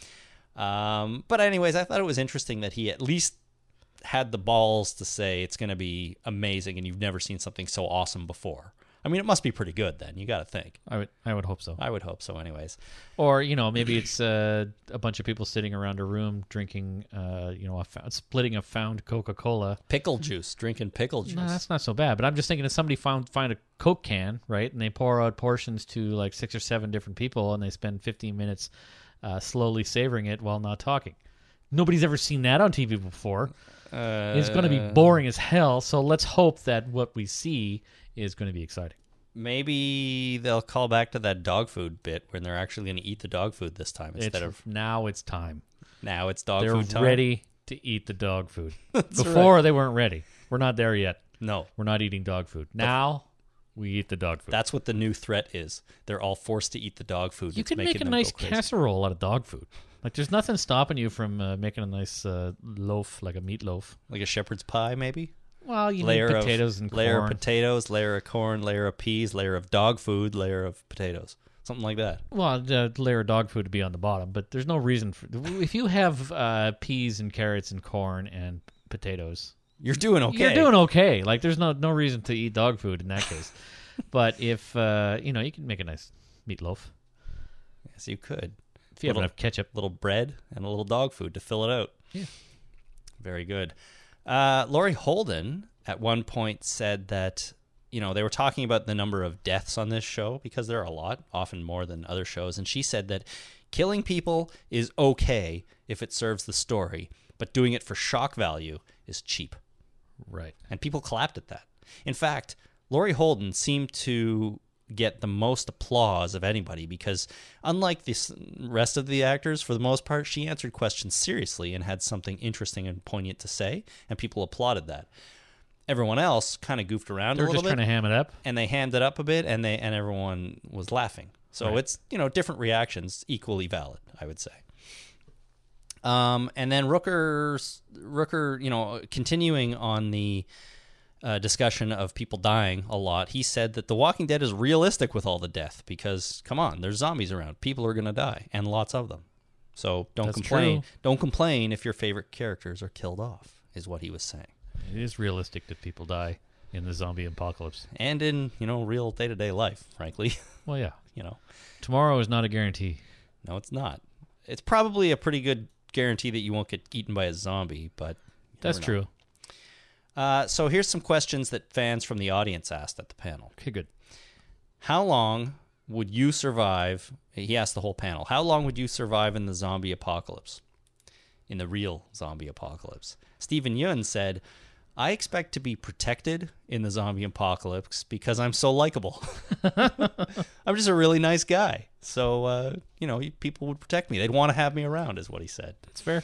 Um, but anyways, I thought it was interesting that he at least had the balls to say it's going to be amazing and you've never seen something so awesome before. I mean, it must be pretty good then. You got to think.
I would, I would hope so.
I would hope so anyways.
Or you know, maybe it's uh, a bunch of people sitting around a room drinking, uh, you know, a fo- splitting a found Coca Cola.
Pickle juice, drinking pickle juice.
No, that's not so bad. But I'm just thinking if somebody found find a Coke can, right, and they pour out portions to like six or seven different people, and they spend 15 minutes uh, slowly savoring it while not talking. Nobody's ever seen that on TV before. it's going to
Uh,
be boring as hell. So let's hope that what we see is going to be exciting.
Maybe they'll call back to that dog food bit when they're actually going to eat the dog food this time instead
It's-
of
now it's time.
now it's dog
They're
food time.
ready to eat the dog
(laughs)
food. Before they weren't ready. We're not there yet.
No.
We're not eating dog food. Now we eat the dog food.
That's what the new threat is. They're all forced to eat the dog food.
you
It's
can
making
make a
them
nice
go crazy.
casserole out of dog food. Like there's nothing stopping you from uh, making a nice uh, loaf, like a meatloaf.
like a shepherd's pie, maybe.
Well, you
layer
need
of
potatoes and
layer
corn.
of potatoes, layer of corn, layer of peas, layer of dog food, layer of potatoes, something like that.
well, the layer of dog food would be on the bottom, but there's no reason for. If you have uh, peas and carrots and corn and potatoes,
You're doing okay.
you're doing okay. Like there's no no reason to eat dog food in that (laughs) case. but if uh, you know, you can make a nice meatloaf
Yes, you could.
if you have
Little-
enough ketchup.
Little bread and a little dog food to fill it out.
Yeah.
Very good. Uh, Lori Holden at one point said that you know they were talking about the number of deaths on this show because there are a lot, often more than other shows, and she said that killing people is okay if it serves the story, but doing it for shock value is cheap.
Right.
And people clapped at that. In fact, Lori Holden seemed to get the most applause of anybody because, unlike the s- rest of the actors, for the most part, she answered questions seriously and had something interesting and poignant to say, and people applauded that. Everyone else kind of goofed around
They're
a
just
little bit,
trying to ham it up.
and they hammed it up a bit, and they and everyone was laughing. So it's you know different reactions, equally valid, I would say. Um, and then Rooker, Rooker, you know, continuing on the uh, discussion of people dying a lot, he said that The Walking Dead is realistic with all the death because, come on, there's zombies around. People are going to die, and lots of them. So don't
That's
complain.
true.
Don't complain if your favorite characters are killed off, is what he was saying.
It is realistic that people die in the zombie apocalypse.
And in you know real day to day life, frankly, (laughs)
Well, yeah.
you know,
Tomorrow is not a guarantee.
no, it's not. It's probably a pretty good guarantee that you won't get eaten by a zombie, but you
That's
never know.
true.
Uh, so here's some questions that fans from the audience asked at the panel.
Okay, good.
How long would you survive? He asked the whole panel. How long would you survive in the zombie apocalypse? In the real zombie apocalypse? Stephen Yun said, I expect to be protected in the zombie apocalypse because I'm so likable. (laughs) I'm just a really nice guy. So, uh, you know, people would protect me. They'd want to have me around, is what he said.
That's fair.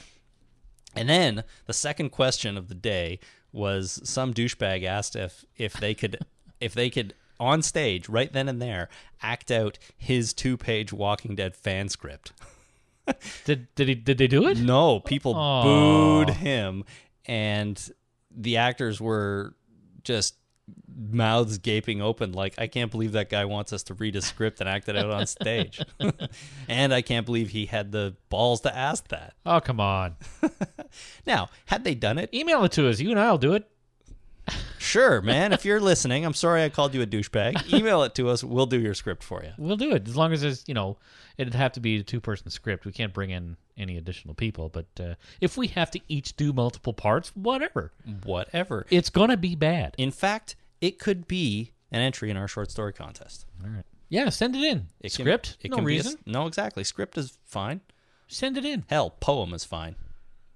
And then the second question of the day was some douchebag asked if if they could (laughs) if they could on stage right then and there act out his two page Walking Dead fan script.
Did did he did they do it?
No, people
Aw.
booed him, and the actors were just mouths gaping open, like, I can't believe that guy wants us to read a script and act it out on stage. (laughs) and I can't believe he had the balls to ask that.
Oh come on!
Now, had they done it,
Email it to us. You and I'll do it.
sure, man, if you're listening, I'm sorry I called you a douchebag. Email it to us, we'll do your script for you.
We'll do it as long as there's you know it'd have to be a two person script. We can't bring in any additional people, but uh, if we have to each do multiple parts, whatever.
Whatever.
It's gonna be bad.
In fact, it could be an entry in our short story contest.
All right. Yeah, send it in.
It can-
script.
it
no
can be a s-
reason.
no, exactly. Script is fine.
Send it in.
Hell, poem is fine.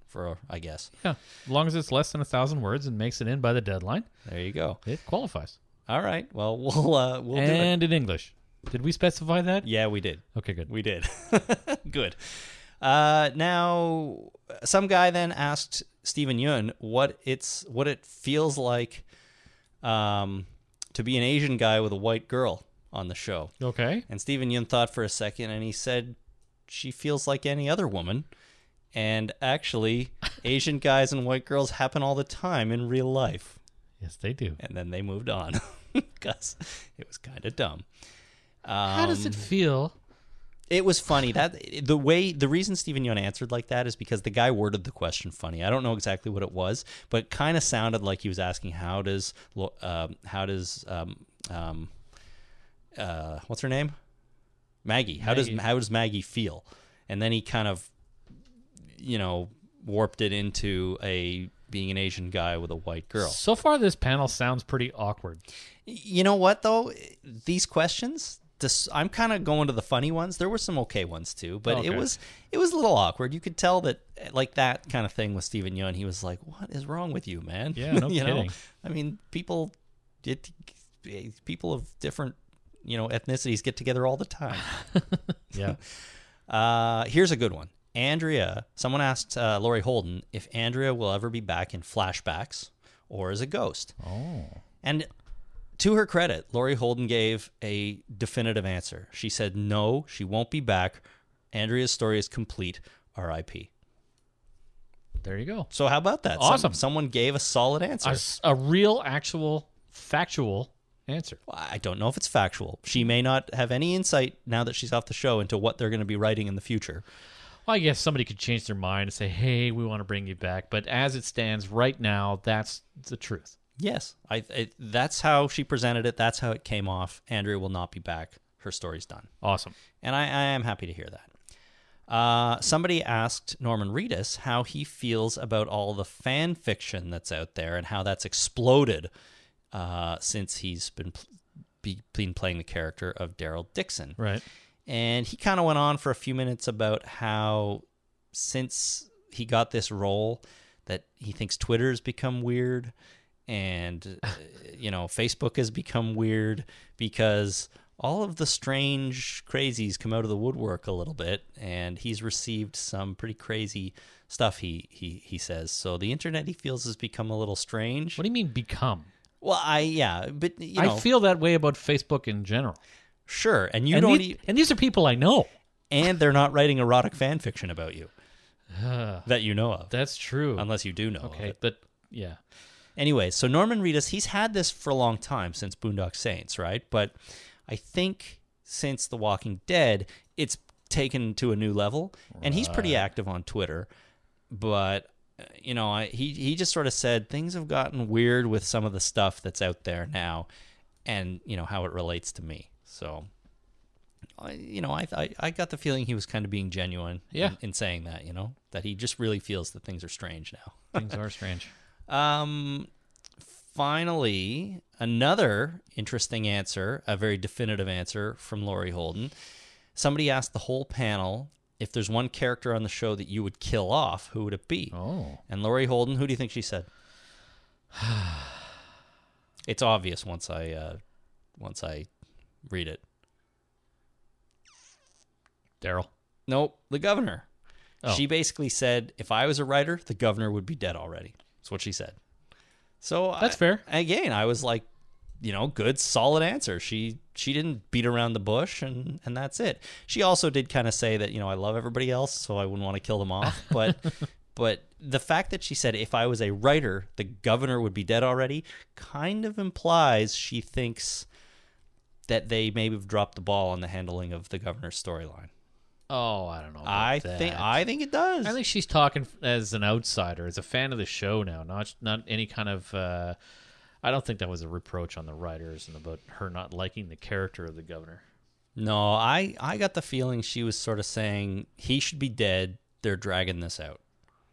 For I guess.
Yeah, as long as it's less than a thousand words and makes it in by the deadline,
There you go.
it qualifies.
All right. Well, we'll uh, we'll do it.
and in English. Did we specify that?
Yeah, we did.
Okay, good.
We did. (laughs) Good. Uh, now, some guy then asked Stephen Yun what it's what it feels like um, to be an Asian guy with a white girl on the show.
okay.
And Stephen Yun thought for a second and he said, She feels like any other woman. And actually, Asian guys and white girls happen all the time in real life.
Yes, they do.
And then they moved on (laughs) because it was kind of dumb. Um,
How does it feel?
It was funny that the way the reason Stephen Yeun answered like that is because the guy worded the question funny. I don't know exactly what it was, but it kind of sounded like he was asking how does lo- um, how does um, um, uh, what's her name Maggie how
Maggie.
does how does Maggie feel? And then he kind of you know warped it into a being an Asian guy with a white girl.
So far, this panel sounds pretty awkward.
You know what though? These questions, this, I'm kind of going to the funny ones. There were some okay ones too, but it
Okay.
was it was a little awkward. You could tell that like that kind of thing with Stephen Yeun. He was like, "What is wrong with you, man?" (laughs)
Yeah, no
you know?
kidding.
I mean, people, it, eh, people of different you know ethnicities get together all the time.
(laughs) Yeah.
(laughs) Uh, here's a good one. Andrea, someone asked uh, Lori Holden if Andrea will ever be back in flashbacks or as a ghost.
oh.
And to her credit, Lori Holden gave a definitive answer. She said, No, she won't be back. Andrea's story is complete. RIP.
There you go.
So, how about that? Some-
Awesome.
someone gave a solid answer.
A, s- a real, actual, factual answer.
I don't know if it's factual. She may not have any insight now that she's off the show into what they're going to be writing in the future.
Well, I guess somebody could change their mind and say, "Hey, we want to bring you back," but as it stands right now, that's the truth.
Yes, I, I, that's how she presented it. That's how it came off. Andrea will not be back. Her story's done.
Awesome.
And I, I am happy to hear that. Uh, somebody asked Norman Reedus how he feels about all the fan fiction that's out there and how that's exploded uh, since he's been, pl- be, been playing the character of Daryl Dixon.
Right.
And he kind of went on for a few minutes about how since he got this role that he thinks Twitter's become weird and uh, you know Facebook has become weird because all of the strange crazies come out of the woodwork a little bit and he's received some pretty crazy stuff he he he says so the internet he feels has become a little strange
What do you mean become?
well i yeah but you know
I feel that way about Facebook in general.
sure and you
and,
don't
these,
e-
and these are people I know.
and they're not writing erotic fan fiction about you
Uh,
that you know of
that's true.
unless you do know of
okay,
it.
but yeah,
anyway so norman reedus he's had this for a long time since boondock saints right but i think since the walking dead it's taken to a new level and he's pretty active on twitter but uh, you know I, he, he just sort of said things have gotten weird with some of the stuff that's out there now and you know how it relates to me so I, you know I, I i got the feeling he was kind of being genuine
Yeah.
in, in saying that you know that he just really feels that things are strange now
things are strange.
um, finally, another interesting answer, a very definitive answer from Lori Holden. Somebody asked the whole panel if there's one character on the show that you would kill off, who would it be?
(laughs) Oh,
And Lori Holden, who do you think she
(sighs)
said? it's obvious once I uh, once I read it.
Daryl.
Nope, the governor.
Oh.
She basically said, if I was a writer, the governor would be dead already. That's what she said. So
That's
I-
fair.
Again, I was like, you know, good, solid answer. She she didn't beat around the bush, and and that's it. She also did kind of say that you know I love everybody else, so I wouldn't want to kill them
(laughs)
off. But but the fact that she said if I was a writer, the governor would be dead already, kind of implies she thinks that they maybe have dropped the ball on the handling of the governor's storyline.
Oh, I don't know. about
I
that.
think I think it does.
I think she's talking as an outsider, as a fan of the show now, not not any kind of. Uh, I don't think that was a reproach on the writers and about her not liking the character of the governor.
No, I I got the feeling she was sort of saying he should be dead. They're dragging this out.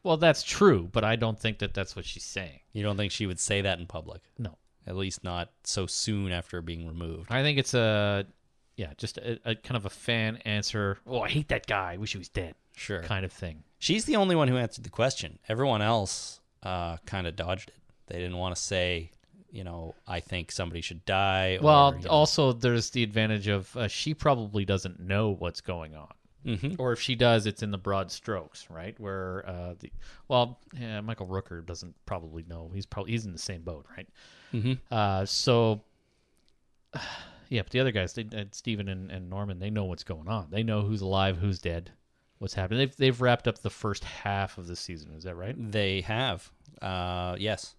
Well, that's true, but I don't think that that's what she's saying.
You don't think she would say that in public?
No,
At least not so soon after being removed.
I think it's a yeah, just a, a kind of a fan answer. Oh, I hate that guy. I wish he was dead.
Sure.
Kind of thing.
She's the only one who answered the question. Everyone else uh, kind of dodged it. They didn't want to say, you know, I think somebody should die. Or,
Well, oh
you know.
also there's the advantage of uh, she probably doesn't know what's going on,
Mhm.
or if she does, it's in the broad strokes, right? Where uh, the well, yeah, Michael Rooker doesn't probably know. He's probably he's in the same boat, right?
Mhm.
Uh, so. (sighs) Yeah, but the other guys, they, uh, Stephen and, and Norman, they know what's going on. They know who's alive, who's dead, what's happening. They've they've wrapped up the first half of the season. Is that right?
they have. Uh, yes,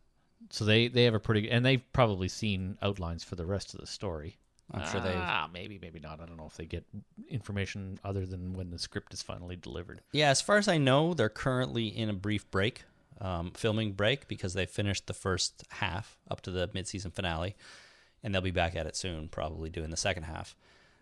So they they have a pretty and they've probably seen outlines for the rest of the story.
I'm sure they.
Ah, maybe maybe not. I don't know if they get information other than when the script is finally delivered.
Yeah, as far as I know, they're currently in a brief break, um, filming break, because they finished the first half up to the mid-season finale, and they'll be back at it soon, probably doing the second half.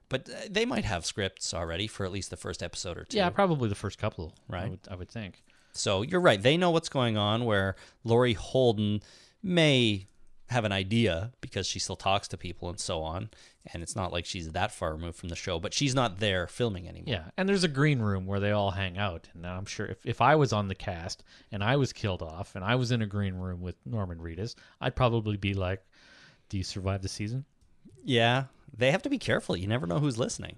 But uh, they might have scripts already for at least the first episode or two.
Yeah, probably the first couple. I
Right.
would, I would think.
So you're right. They know what's going on. Where Lori Holden may have an idea because she still talks to people and so on, and it's not like she's that far removed from the show, but she's not there filming anymore.
Yeah, and there's a green room where they all hang out. And I'm sure if, if I was on the cast and I was killed off and I was in a green room with Norman Reedus, I'd probably be like, "Do you survive the season?"
yeah. They have to be careful. You never know who's listening.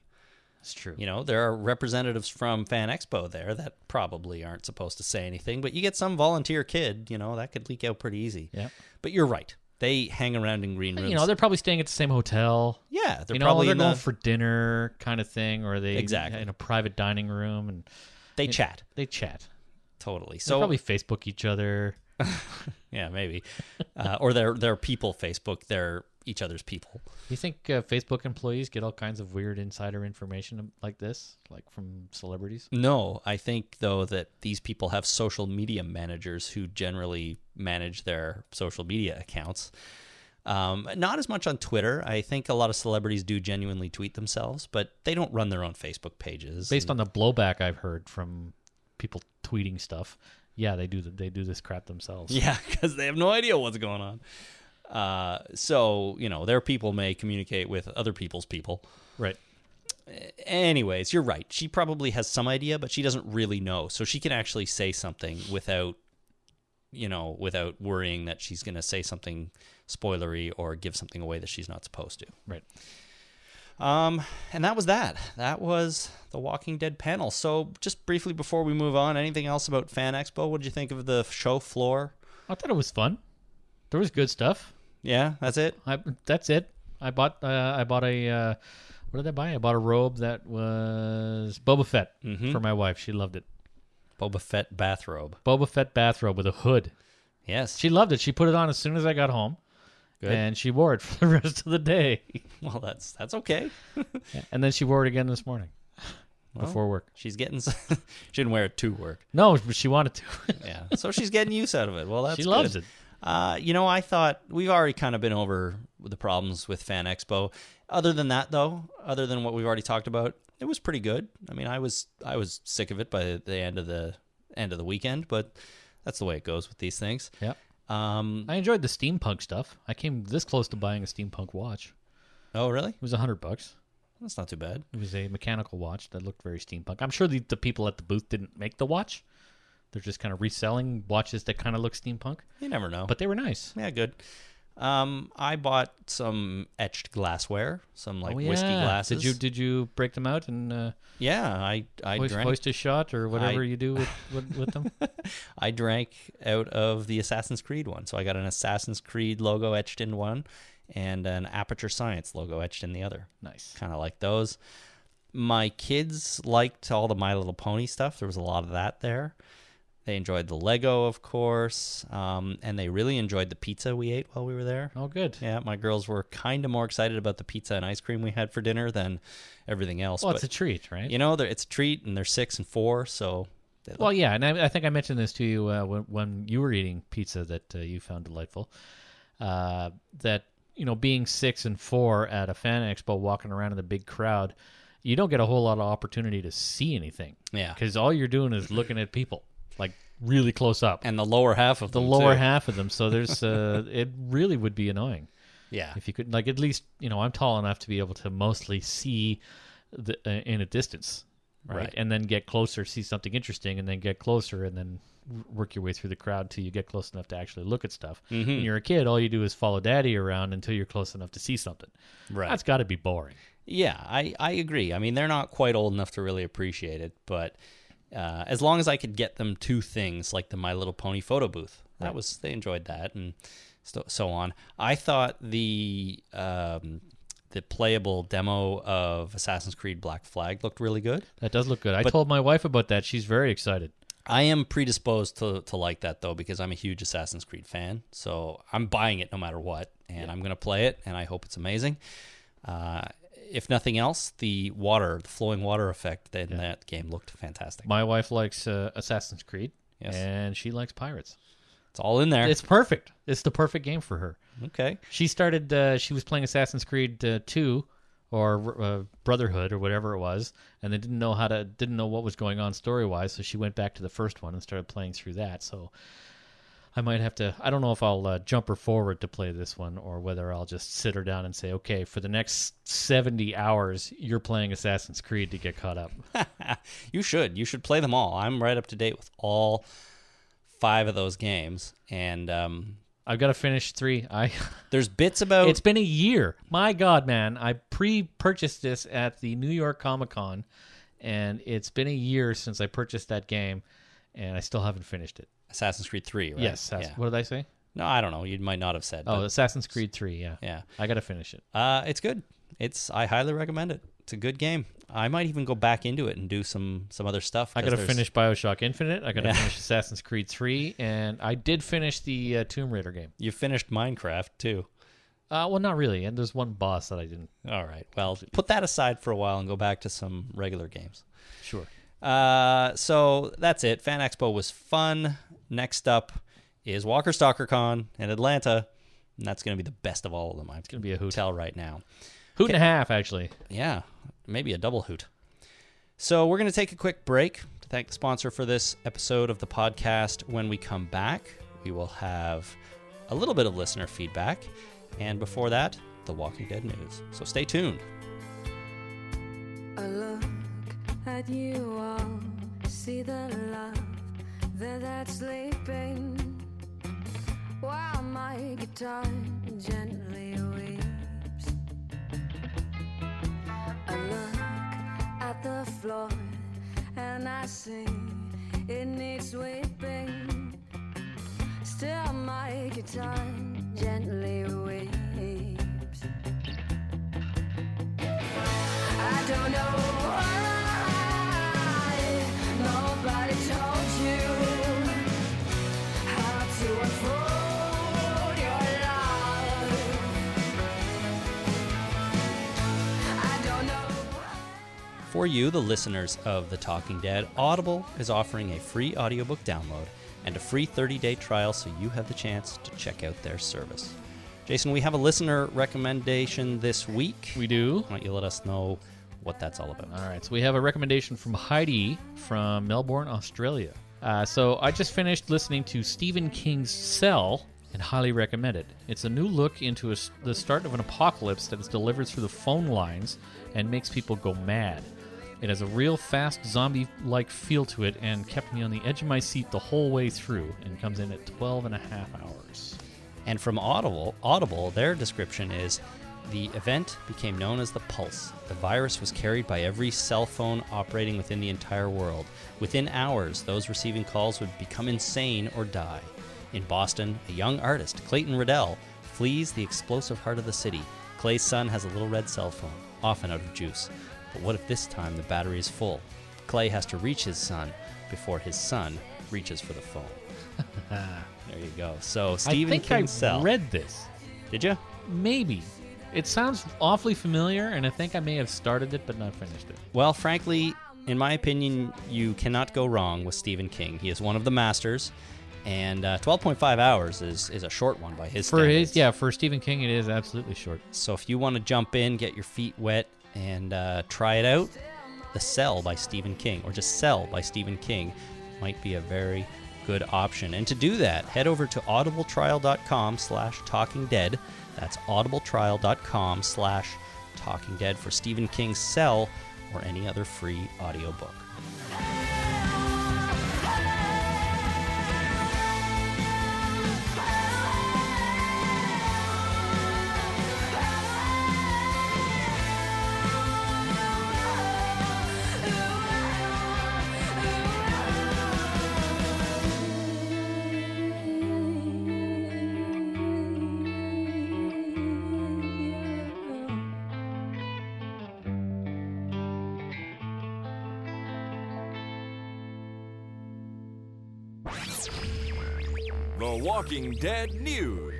It's true.
You know, there are representatives from Fan Expo there that probably aren't supposed to say anything, but you get some volunteer kid, you know, that could leak out pretty easy.
Yeah.
But you're right. They hang around in green rooms.
You know, they're probably staying at the same hotel.
yeah, they're
you know,
probably
they're
in
going
the-
for dinner kind of thing, or they
Exactly.
in a private dining room and
they chat
they chat.
totally.
So
So
probably Facebook each other.
yeah, maybe, uh, or they're they're people Facebook. They're each other's people.
You think uh, Facebook employees get all kinds of weird insider information like this, like from celebrities?
No, I think though that these people have social media managers who generally manage their social media accounts. Um, not as much on Twitter. I think a lot of celebrities do genuinely tweet themselves, but they don't run their own Facebook pages.
Based on the blowback I've heard from people tweeting stuff, yeah, they do the, they do this crap
(laughs)
themselves.
yeah, because they have no idea what's going on. Uh, so you know, their people may communicate with other people's people.
Right.
anyways, you're right. She probably has some idea, but she doesn't really know. So she can actually say something without, you know, without worrying that she's going to say something spoilery or give something away that she's not supposed to.
Right.
Um, and that was that. That was the Walking Dead panel. So just briefly before we move on, anything else about Fan Expo? What did you think of the show floor?
I thought it was fun. There was good stuff.
Yeah, that's it.
I, that's it. I bought uh, I bought a uh, what did I buy? I bought a robe that was Boba Fett for my wife. She loved it.
Boba Fett bathrobe.
Boba Fett bathrobe with a hood.
Yes. (laughs)
She loved it. She put it on as soon as I got home,
Good.
and she wore it (laughs) for the rest of the day.
well, that's that's okay.
And then she wore it again this morning before work.
She's getting. s- (laughs) she didn't wear it to work.
No, but she wanted to. (laughs)
yeah. So she's getting use out of it. Well, that's
she loves
good.
it.
Uh, you know, I thought we've already kind of been over the problems with Fan Expo. Other than that, though, other than what we've already talked about, it was pretty good. I mean, I was I was sick of it by the end of the end of the weekend, but that's the way it goes with these things.
Yeah.
Um,
I enjoyed the steampunk stuff. I came this close to buying a steampunk watch.
oh, really?
It was a hundred bucks.
That's not too bad.
It was a mechanical watch that looked very steampunk. I'm sure the, the people at the booth didn't make the watch. They're just kind of reselling watches that kind of look steampunk,
You never know.
but they were nice.
Yeah, good. Um, I bought some etched glassware, some like
Oh,
whiskey
yeah.
glasses.
Did you did you break them out and uh,
yeah, I I
hoist,
drank
hoist a shot or whatever
I-
you do with, with,
(laughs)
with them?
I drank out of the Assassin's Creed one. So I got an Assassin's Creed logo etched in one and an Aperture Science logo etched in the other.
nice.
Kind of like those. My kids liked all the My Little Pony stuff. There was a lot of that there. They enjoyed the Lego, of course, um, and they really enjoyed the pizza we ate while we were there.
Oh, good.
Yeah, my girls were kind of more excited about the pizza and ice cream we had for dinner than everything else.
Well,
but,
it's a treat, right?
you know, they're- it's a treat, and they're six and four, so they
Well, yeah, and I, I think I mentioned this to you uh, when, when you were eating pizza that uh, you found delightful. Uh, that you know, being six and four at a fan expo, walking around in the big crowd, you don't get a whole lot of opportunity to see anything.
Yeah.
because all you're doing is looking at people, like really close up,
and the lower half of
the
them,
lower
too.
half of them. So
(laughs)
there's, uh, it really would be annoying
Yeah,
if you could, like, at least you know, I'm tall enough to be able to mostly see the uh, in a distance right?
Right.
And then get closer, see something interesting, and then get closer, and then w- work your way through the crowd till you get close enough to actually look at stuff.
Mm-hmm.
When you're a kid, all you do is follow daddy around until you're close enough to see something.
Right.
That's got to be boring.
Yeah, I, I agree. I mean, they're not quite old enough to really appreciate it, but uh, as long as I could get them two things like the My Little Pony photo booth, that was they enjoyed that and so, so on. I thought the um, the playable demo of Assassin's Creed Black Flag looked really good.
That does look good. I told my wife about that. She's very excited.
I am predisposed to, to like that though because I'm a huge Assassin's Creed fan. So I'm buying it no matter what, and I'm gonna play it, and I hope it's amazing. Uh, if nothing else, the water, the flowing water effect in that game looked fantastic.
My wife likes uh, Assassin's Creed,
Yes.
and she likes pirates.
It's all in there.
It's perfect. It's the perfect game for her.
okay.
She started. Uh, she was playing Assassin's Creed uh, Two or uh, Brotherhood or whatever it was, and they didn't know how to didn't know what was going on story wise. So she went back to the first one and started playing through that. So I might have to. I don't know if I'll uh, jump her forward to play this one or whether I'll just sit her down and say, okay, for the next seventy hours, you're playing Assassin's Creed to get caught up.
you should. You should play them all. I'm right up to date with all five of those games, and um,
I've got to finish three. I.
there's bits about
It's been a year. My God, man. I pre purchased this at the New York Comic Con, and it's been a year since I purchased that game, and I still haven't finished it.
Assassin's Creed Three. Right?
Yes. Assassin-
Yeah.
What did I say?
No, I don't know. You might not have said.
Oh,
but-
Assassin's Creed 3. Yeah.
yeah.
I got to finish it.
Uh, it's good. It's I highly recommend it. It's a good game. I might even go back into it and do some some other stuff.
I
'cause
got to
there's-
finish Bioshock Infinite. I got to
Yeah.
finish Assassin's Creed 3, and I did finish the uh, Tomb Raider game.
You finished Minecraft too.
Uh, well, not really. And there's one boss that I didn't.
All right. Well, put that aside for a while and go back to some regular games.
Sure.
Uh, so that's it. Fan Expo was fun. Next up is Walker Stalker Con in Atlanta, and that's going to be the best of all of them. I
Gonna be a
can
hoot.
tell right now.
Hoot and a half, actually.
Yeah, maybe a double hoot. So we're going to take a quick break to thank the sponsor for this episode of the podcast. When we come back, we will have a little bit of listener feedback. And before that, the Walking Dead news. So stay tuned.
I look at you all, see the love that that's sleeping. While my guitar gently weeps, I look at the floor and I see it needs weeping. Still, my guitar gently weeps. I don't know why nobody told you how to unfold your life. I don't know.
For you, the listeners of The Talking Dead, Audible is offering a free audiobook download and a free 30 day trial so you have the chance to check out their service. Jason, we have a listener recommendation this week.
We do.
Why don't you let us know what that's all about?
All right, so we have a recommendation from Heidi from Melbourne, Australia. Uh, so I just finished listening to Stephen King's Cell and highly recommend it. It's a new look into a s the start of an apocalypse that is delivered through the phone lines and makes people go mad. It has a real fast zombie like feel to it and kept me on the edge of my seat the whole way through and comes in at 12 and a half hours.
And from Audible, Audible, their description is the event became known as the Pulse. The virus was carried by every cell phone operating within the entire world. Within hours, those receiving calls would become insane or die. In Boston, a young artist, Clayton Riddell, flees the explosive heart of the city. Clay's son has a little red cell phone, often out of juice. But what if this time the battery is full? Clay has to reach his son before his son reaches for the phone. there you go. So Stephen
I think
Kinsella.
I read this.
Did you?
Maybe. It sounds awfully familiar, and I think I may have started it but not finished it.
Well, frankly, in my opinion, you cannot go wrong with Stephen King. He is one of the masters, and uh, 12.5 hours is, is a short one by his
For his,
standards.
yeah, for Stephen King, it is absolutely short.
So if you want to jump in, get your feet wet, and uh, try it out, The Cell by Stephen King, or just Cell by Stephen King, might be a very good option. And to do that, head over to audibletrial.com slash talkingdead. That's audibletrial.com slash talkingdead for Stephen King's Cell or any other free audiobook.
The Walking Dead News.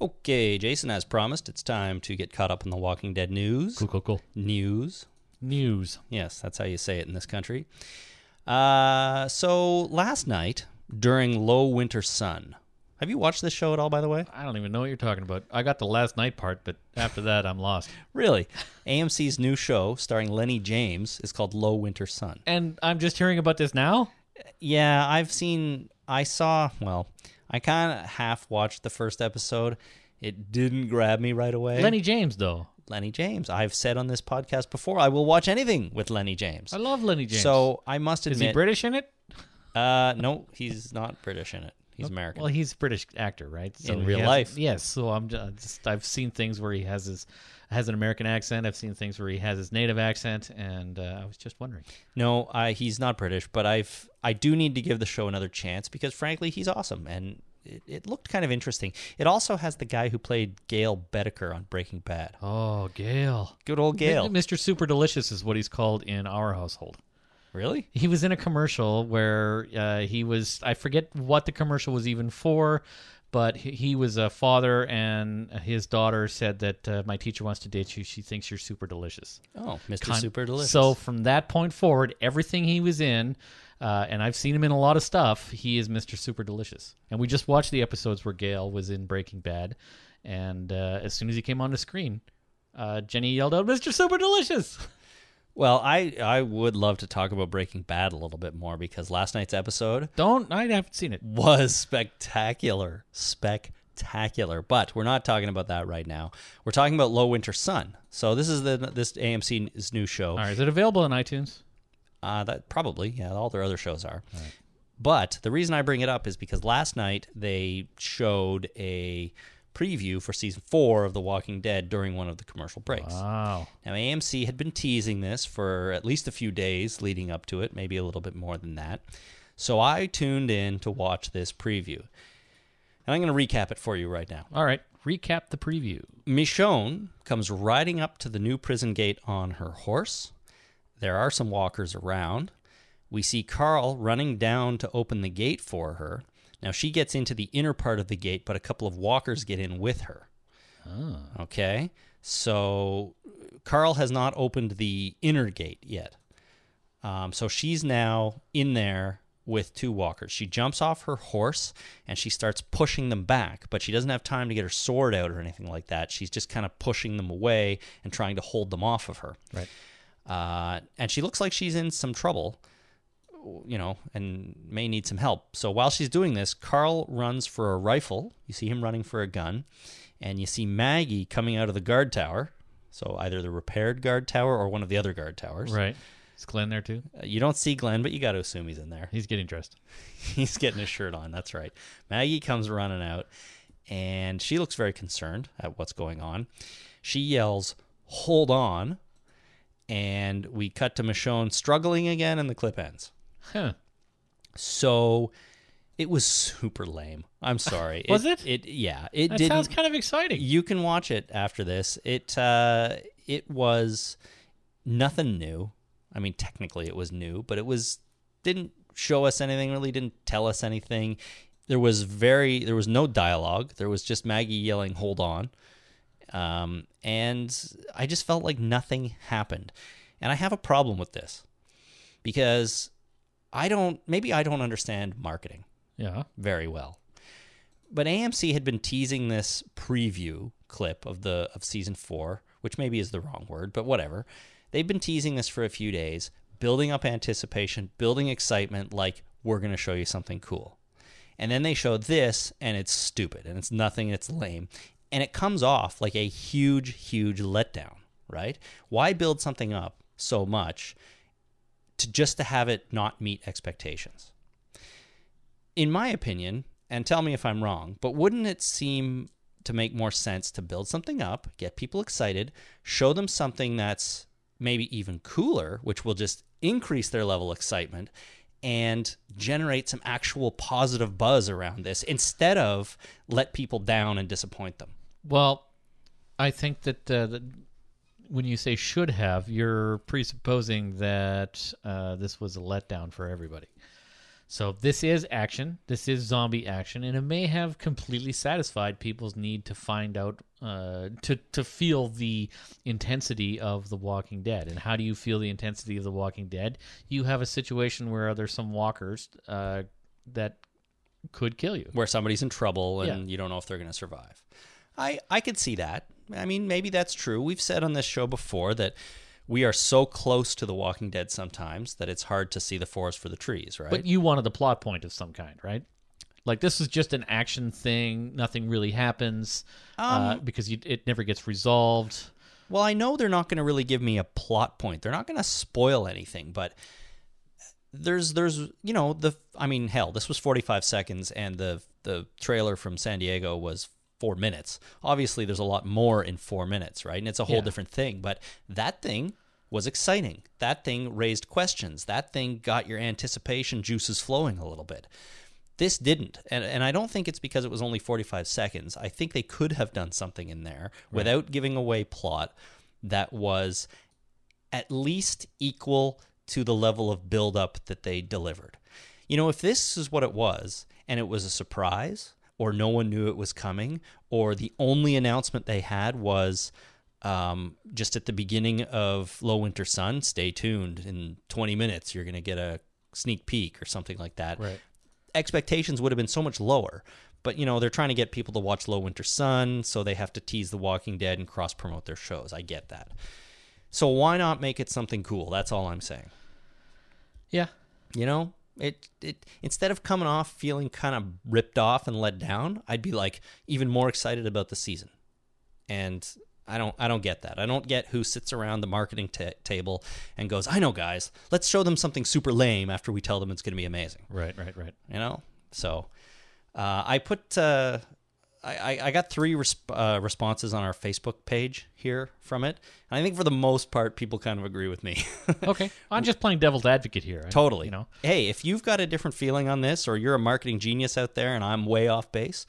Okay, Jason, as promised, it's time to get caught up in the Walking Dead news.
Cool, cool, cool.
News.
News.
Yes, that's how you say it in this country. Uh, so last night during Low Winter Sun, have you watched this show at all? By the way,
I don't even know what you're talking about. I got the last night part, but after that, I'm lost.
really, AMC's new show starring Lenny James is called Low Winter Sun.
And I'm just hearing about this now?
Yeah, I've seen. I saw. Well, I kind of half watched the first episode. It didn't grab me right away.
Lenny James, though.
Lenny James. I've said on this podcast before, I will watch anything with Lenny James.
I love Lenny James.
So I must admit,
is he British in it?
Uh, no, he's not British in it. He's American.
Well, he's a British actor, right?
In
he
real
has-
life.
yes. So I'm ju- just I've seen things where he has his has an American accent. I've seen things where he has his native accent, and uh, I was just wondering.
No, I, he's not British, but I've I do need to give the show another chance because frankly, he's awesome and it, it looked kind of interesting. It also has the guy who played Gail Bedecker on Breaking Bad.
Oh, Gail.
Good old Gail.
Mr. Super Delicious is what he's called in our household.
Really?
He was in a commercial where uh, he was, I forget what the commercial was even for, but he, he was a father and his daughter said that uh, my teacher wants to date you. She thinks you're super delicious.
Oh, Mr.
Con-
Super Delicious.
So from that point forward, everything he was in, uh, and I've seen him in a lot of stuff, he is Mr. Super Delicious. And we just watched the episodes where Gail was in Breaking Bad, and uh, as soon as he came on the screen, uh, Jenny yelled out, "Mr. Super Delicious!"
well, I I would love to talk about Breaking Bad a little bit more because last night's episode
Don't I haven't seen it.
was spectacular. Spectacular. But we're not talking about that right now. We're talking about Low Winter Sun. So this is the this AMC's new show.
All right, is it available on iTunes?
Uh, that probably, yeah, all their other shows are. But the reason I bring it up is because last night they showed a preview for season four of The Walking Dead during one of the commercial breaks.
Wow.
Now, AMC had been teasing this for at least a few days leading up to it, maybe a little bit more than that. So I tuned in to watch this preview. And I'm going to recap it for you right now.
All right, recap the preview.
Michonne comes riding up to the new prison gate on her horse. There are some walkers around. We see Carl running down to open the gate for her. Now she gets into the inner part of the gate, but a couple of walkers get in with her. Okay. So Carl has not opened the inner gate yet. Um, so she's now in there with two walkers. She jumps off her horse and she starts pushing them back, but she doesn't have time to get her sword out or anything like that. She's just kind of pushing them away and trying to hold them off of her.
Right.
Uh, and she looks like she's in some trouble, you know, and may need some help. So while she's doing this, Carl runs for a rifle. You see him running for a gun, and you see Maggie coming out of the guard tower. So either the repaired guard tower or one of the other guard towers
Right. Is Glenn there too?
Uh, You don't see Glenn, but you got to assume he's in there. (laughs)
He's getting dressed.
He's getting his shirt on. That's right. Maggie comes running out and she looks very concerned at what's going on. She yells, Hold on. And we cut to Michonne struggling again, and the clip ends.
Huh.
So it was super lame. I'm sorry.
(laughs) Was it?
It yeah. It
That
didn't.
sounds kind of exciting.
you can watch it after this. It uh, it was nothing new. I mean, technically it was new, but it was didn't show us anything. Really, didn't tell us anything. There was very there was no dialogue. There was just Maggie yelling, "Hold on," um, and I just felt like nothing happened. And I have a problem with this because I don't maybe I don't understand marketing
yeah.
very well. But AMC had been teasing this preview clip of the of season 4, which maybe is the wrong word, but whatever. They've been teasing this for a few days, building up anticipation, building excitement like we're going to show you something cool. And then they show this and it's stupid and it's nothing, it's lame. And it comes off like a huge huge letdown, right? Why build something up so much to just to have it not meet expectations? in my opinion, and tell me if I'm wrong, but wouldn't it seem to make more sense to build something up, get people excited, show them something that's maybe even cooler, which will just increase their level of excitement and generate some actual positive buzz around this instead of let people down and disappoint them?
Well, I think that uh, that when you say should have, you're presupposing that uh, this was a letdown for everybody. So this is action. This is zombie action, and it may have completely satisfied people's need to find out, uh, to to feel the intensity of The Walking Dead. And how do you feel the intensity of The Walking Dead? You have a situation where there's some walkers uh, that could kill you.
where somebody's in trouble and
Yeah.
you don't know if they're going to survive. I I could see that. I mean, maybe that's true. We've said on this show before that we are so close to The Walking Dead sometimes that it's hard to see the forest for the trees, right?
But you wanted a plot point of some kind, right? Like this is just an action thing. Nothing really happens uh,
Um,
because you, it never gets resolved.
well, I know they're not going to really give me a plot point. They're not going to spoil anything, but there's there's you know the I mean hell this was 45 seconds and the the trailer from San Diego was 4 minutes. Obviously there's a lot more in 4 minutes, right? And it's a whole
Yeah.
different thing, but that thing was exciting. That thing raised questions. That thing got your anticipation juices flowing a little bit. This didn't. And and I don't think it's because it was only 45 seconds. I think they could have done something in there without giving away plot that was at least equal to the level of buildup that they delivered. You know, if this is what it was, and it was a surprise, or no one knew it was coming, or the only announcement they had was um, just at the beginning of Low Winter Sun, stay tuned, in 20 minutes, you're going to get a sneak peek or something like that expectations would have been so much lower. But you know, they're trying to get people to watch Low Winter Sun, so they have to tease The Walking Dead and cross promote their shows. I get that. So why not make it something cool? That's all I'm saying.
Yeah.
You know, it it instead of coming off feeling kind of ripped off and let down, I'd be like even more excited about the season. And I don't I don't get that. I don't get who sits around the marketing ta table and goes, "I know guys, let's show them something super lame after we tell them it's going to be amazing."
Right. Right. Right.
you know so uh, i put uh, I, I- I got three resp- uh, responses on our facebook page here from it and i think for the most part people kind of agree with me (laughs)
Okay. I'm just playing devil's advocate here. I-
totally
You (laughs) know.
hey if you've got a different feeling on this or you're a marketing genius out there and i'm way off base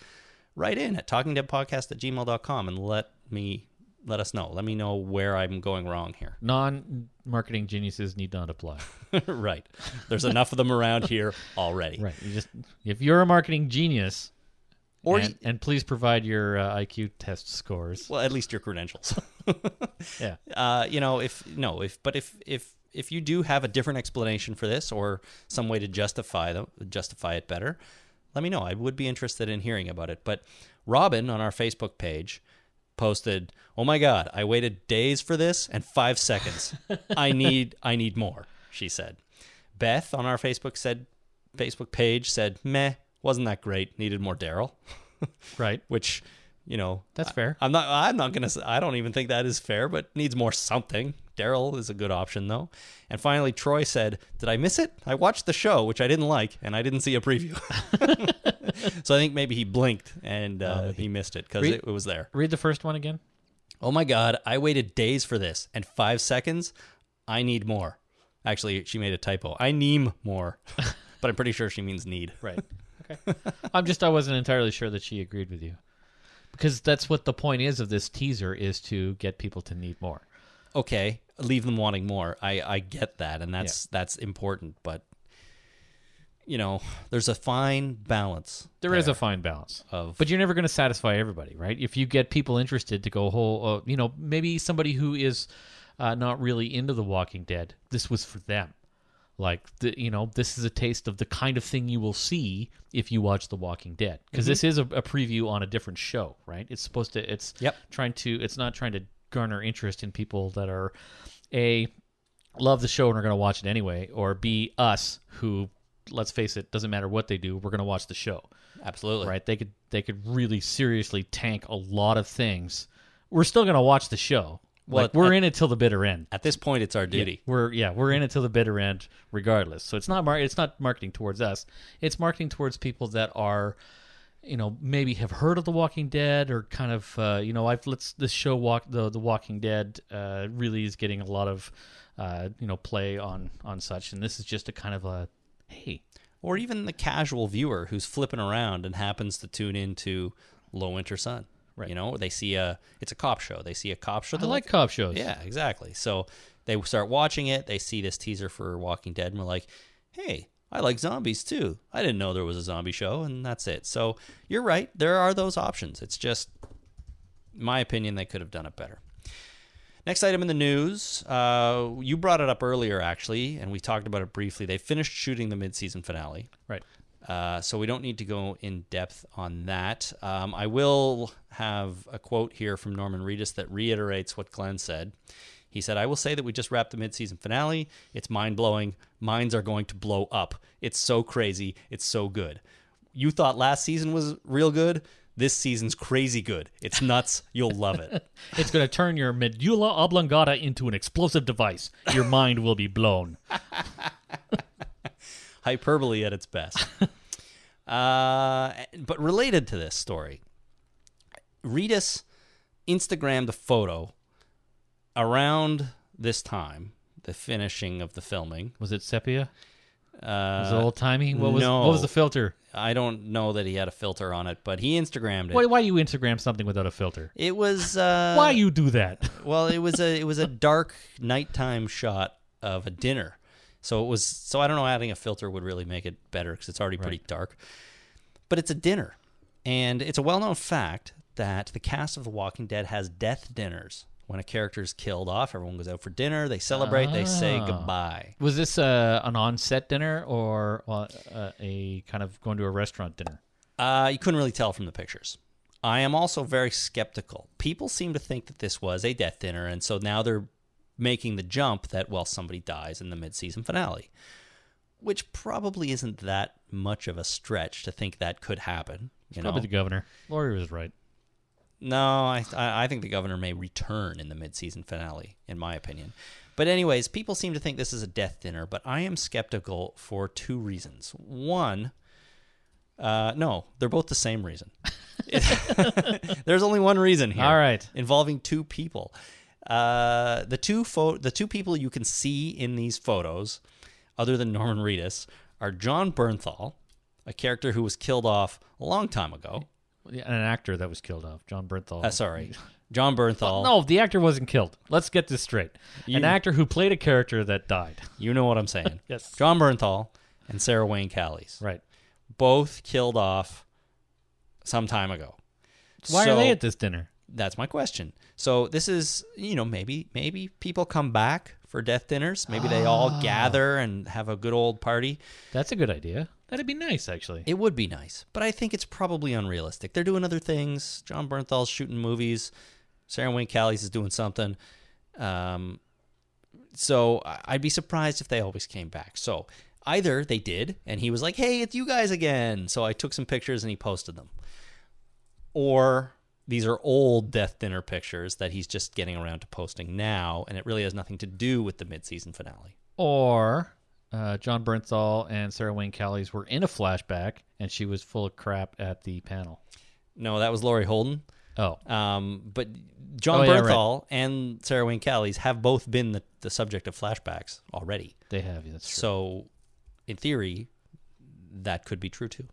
write in at talkingdeadpodcast at gmail.com and let me let us know let me know where i'm going wrong here (laughs)
Non-marketing geniuses need not apply.
right there's enough of them around here already
right. You just if you're a marketing genius,
or
and, and please provide your uh, IQ test scores.
well at least your credentials (laughs)
yeah.
uh, you know, if no, if but if if if you do have a different explanation for this or some way to justify them, justify it better, let me know. I would be interested in hearing about it. But Robin on our Facebook page posted, "Oh my God, I waited days for this and five seconds. I need I need more." She said. Beth on our Facebook said Facebook page said, "Meh, wasn't that great? Needed more Daryl."
Right.
Which you know
That's fair.
I, am not. I'm not gonna. s- I don't even think that is fair, but needs more something. Daryl is a good option though. And finally, Troy said, "Did I miss it? I watched the show, which I didn't like, and I didn't see a preview. (laughs) so I think maybe he blinked and uh, he missed it because
Re-
it, it was there.
Read the first one again.
Oh my god, I waited days for this, and five seconds. I need more. Actually, she made a typo. I need more, (laughs) but I'm pretty sure she means need.
Right. (laughs) Okay. I'm just I wasn't entirely sure that she agreed with you. Because that's what the point is of this teaser is to get people to need more.
okay, leave them wanting more. I I get that, and that's that's important, but you know, there's a fine balance.
there is a fine balance
Of-
but you're never going to satisfy everybody right if you get people interested to go whole uh, you know maybe somebody who is uh, not really into the walking dead this was for them like the, you know this is a taste of the kind of thing you will see if you watch the walking dead because this is a, a preview on a different show right it's supposed to it's
Yep.
trying to it's not trying to garner interest in people that are a love the show and are going to watch it anyway or b us who let's face it doesn't matter what they do we're going to watch the show
Absolutely.
right they could they could really seriously tank a lot of things we're still going to watch the show
Well,
like we're
at-
in it till the bitter end
At this point it's our duty.
we're yeah we're in it till the bitter end regardless so it's not mar- it's not marketing towards us it's marketing towards people that are you know maybe have heard of the walking dead or kind of uh, you know i've let's this show walk the the walking dead uh, really is getting a lot of uh, you know play on on such and this is just a kind of a hey
Or even the casual viewer who's flipping around and happens to tune into Low Winter Sun. Right. You know, they see a it's a cop show. They see a cop show.
i
They're
like cop shows
Yeah, exactly. So they start watching it. They see this teaser for Walking Dead, and we're like, "Hey, I like zombies too. I didn't know there was a zombie show." And that's it. So you're right. There are those options. It's just, in my opinion, they could have done it better. Next item in the news, uh, you brought it up earlier, actually, and we talked about it briefly. They finished shooting the mid-season finale.
right
Uh, so we don't need to go in depth on that. Um, I will have a quote here from Norman Reedus that reiterates what Glenn said. He said, I will say that we just wrapped the midseason finale. It's mind blowing. Minds are going to blow up. It's so crazy. It's so good. You thought last season was real good. This season's crazy good. It's nuts. You'll love it.
It's going to turn your medulla oblongata into an explosive device. Your mind will be blown.
hyperbole at its best. uh, but related to this story, Redis Instagrammed a photo around this time, the finishing of the filming.
Was it sepia? Was it
Uh,
old timey? What was
no.
what was the filter?
I don't know that he had a filter on it, but he Instagrammed it.
Why why you Instagram something without a filter?
It was uh,
Why you do that?
well, it was a it was a dark nighttime shot of a dinner. So it was so I don't know adding a filter would really make it better because it's already pretty dark. But it's a dinner, and it's a well known fact that the cast of The Walking Dead has death dinners. When a character is killed off, everyone goes out for dinner. They celebrate. They say
Ah.
goodbye.
Was this uh, an on-set dinner or uh, uh, a kind of going to a restaurant dinner?
Uh, you couldn't really tell from the pictures. I am also very skeptical. People seem to think that this was a death dinner, and so now they're making the jump that, well, somebody dies in the mid season finale, which probably isn't that much of a stretch to think that could happen. You know?
Probably the governor. Lori was right.
No, I, I I think the governor may return in the midseason finale, in my opinion. But, anyways, people seem to think this is a death dinner, but I am skeptical for two reasons. One, uh, no, they're both the same reason. (laughs) There's only one reason here.
All right.
Involving two people. Uh, the two pho- the two people you can see in these photos, other than Norman Reedus, are John Bernthal, a character who was killed off a long time ago.
Yeah, An actor that was killed off, John Bernthal.
Uh, sorry, John Bernthal.
No, the actor wasn't killed. Let's get this straight. An actor who played a character that died.
You know what I'm saying.
(laughs) Yes.
John Bernthal and Sarah Wayne Callies,
Right.
both killed off some time ago.
Why
So-
are they at this dinner?
That's my question. So this is, you know, maybe maybe people come back for death dinners. Maybe they
Ah.
all gather and have a good old party.
That's a good idea. That'd be nice, actually.
It would be nice, but I think it's probably unrealistic. They're doing other things. John Bernthal's shooting movies. Sarah Wayne Callies is doing something. Um, so I- I'd be surprised if they always came back. So either they did, and he was like, "Hey, it's you guys again." So I took some pictures and he posted them, or these are old Death Dinner pictures that he's just getting around to posting now, and it really has nothing to do with the mid-season finale.
Or uh, John Bernthal and Sarah Wayne Callies were in a flashback, and she was full of crap at the panel.
No, that was Laurie Holden.
Oh,
Um, but John
Oh, yeah, right.
Bernthal and Sarah Wayne Callies have both been the, the subject of flashbacks already.
they have. That's true.
So, in theory, that could be true too.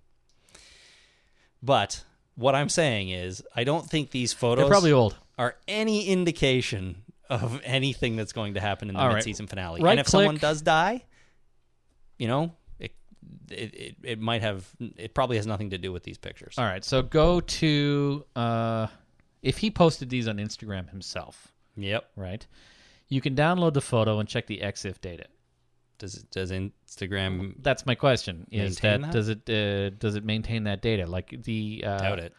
But what I'm saying is, I don't think these photos
They're probably old.
are any indication of anything that's going to happen in the
All right.
mid-season finale.
Right
and if someone
click.
does die, you know, it, it it it might have it probably has nothing to do with these pictures.
All right, so go to uh, if he posted these on Instagram himself,
Yep.
right? You can download the photo and check the EXIF data.
Does does Instagram
That's my question: is
Maintain
that,
that?
does it uh, does it maintain that data? Like the uh,
doubt it?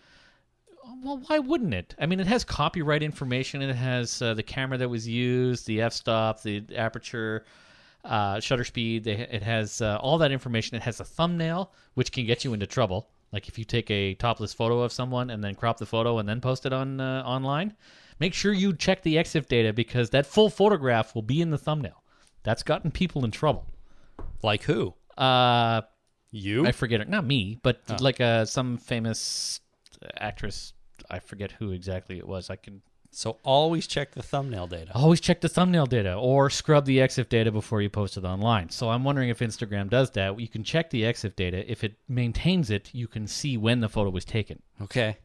Well, why wouldn't it? I mean, it has copyright information. It has uh, the camera that was used, the f-stop, the aperture, uh, shutter speed. They, it has uh, all that information. It has a thumbnail, which can get you into trouble. Like if you take a topless photo of someone and then crop the photo and then post it on uh, online, make sure you check the EXIF data because that full photograph will be in the thumbnail. That's gotten people in trouble.
Like who?
Uh,
You?
I forget her. Not me, but like uh, some famous actress. I forget who exactly it was. I can
so always check the thumbnail data.
always check the thumbnail data or scrub the EXIF data before you post it online. So I'm wondering if Instagram does that. You can check the EXIF data. If it maintains it, you can see when the photo was taken.
Okay.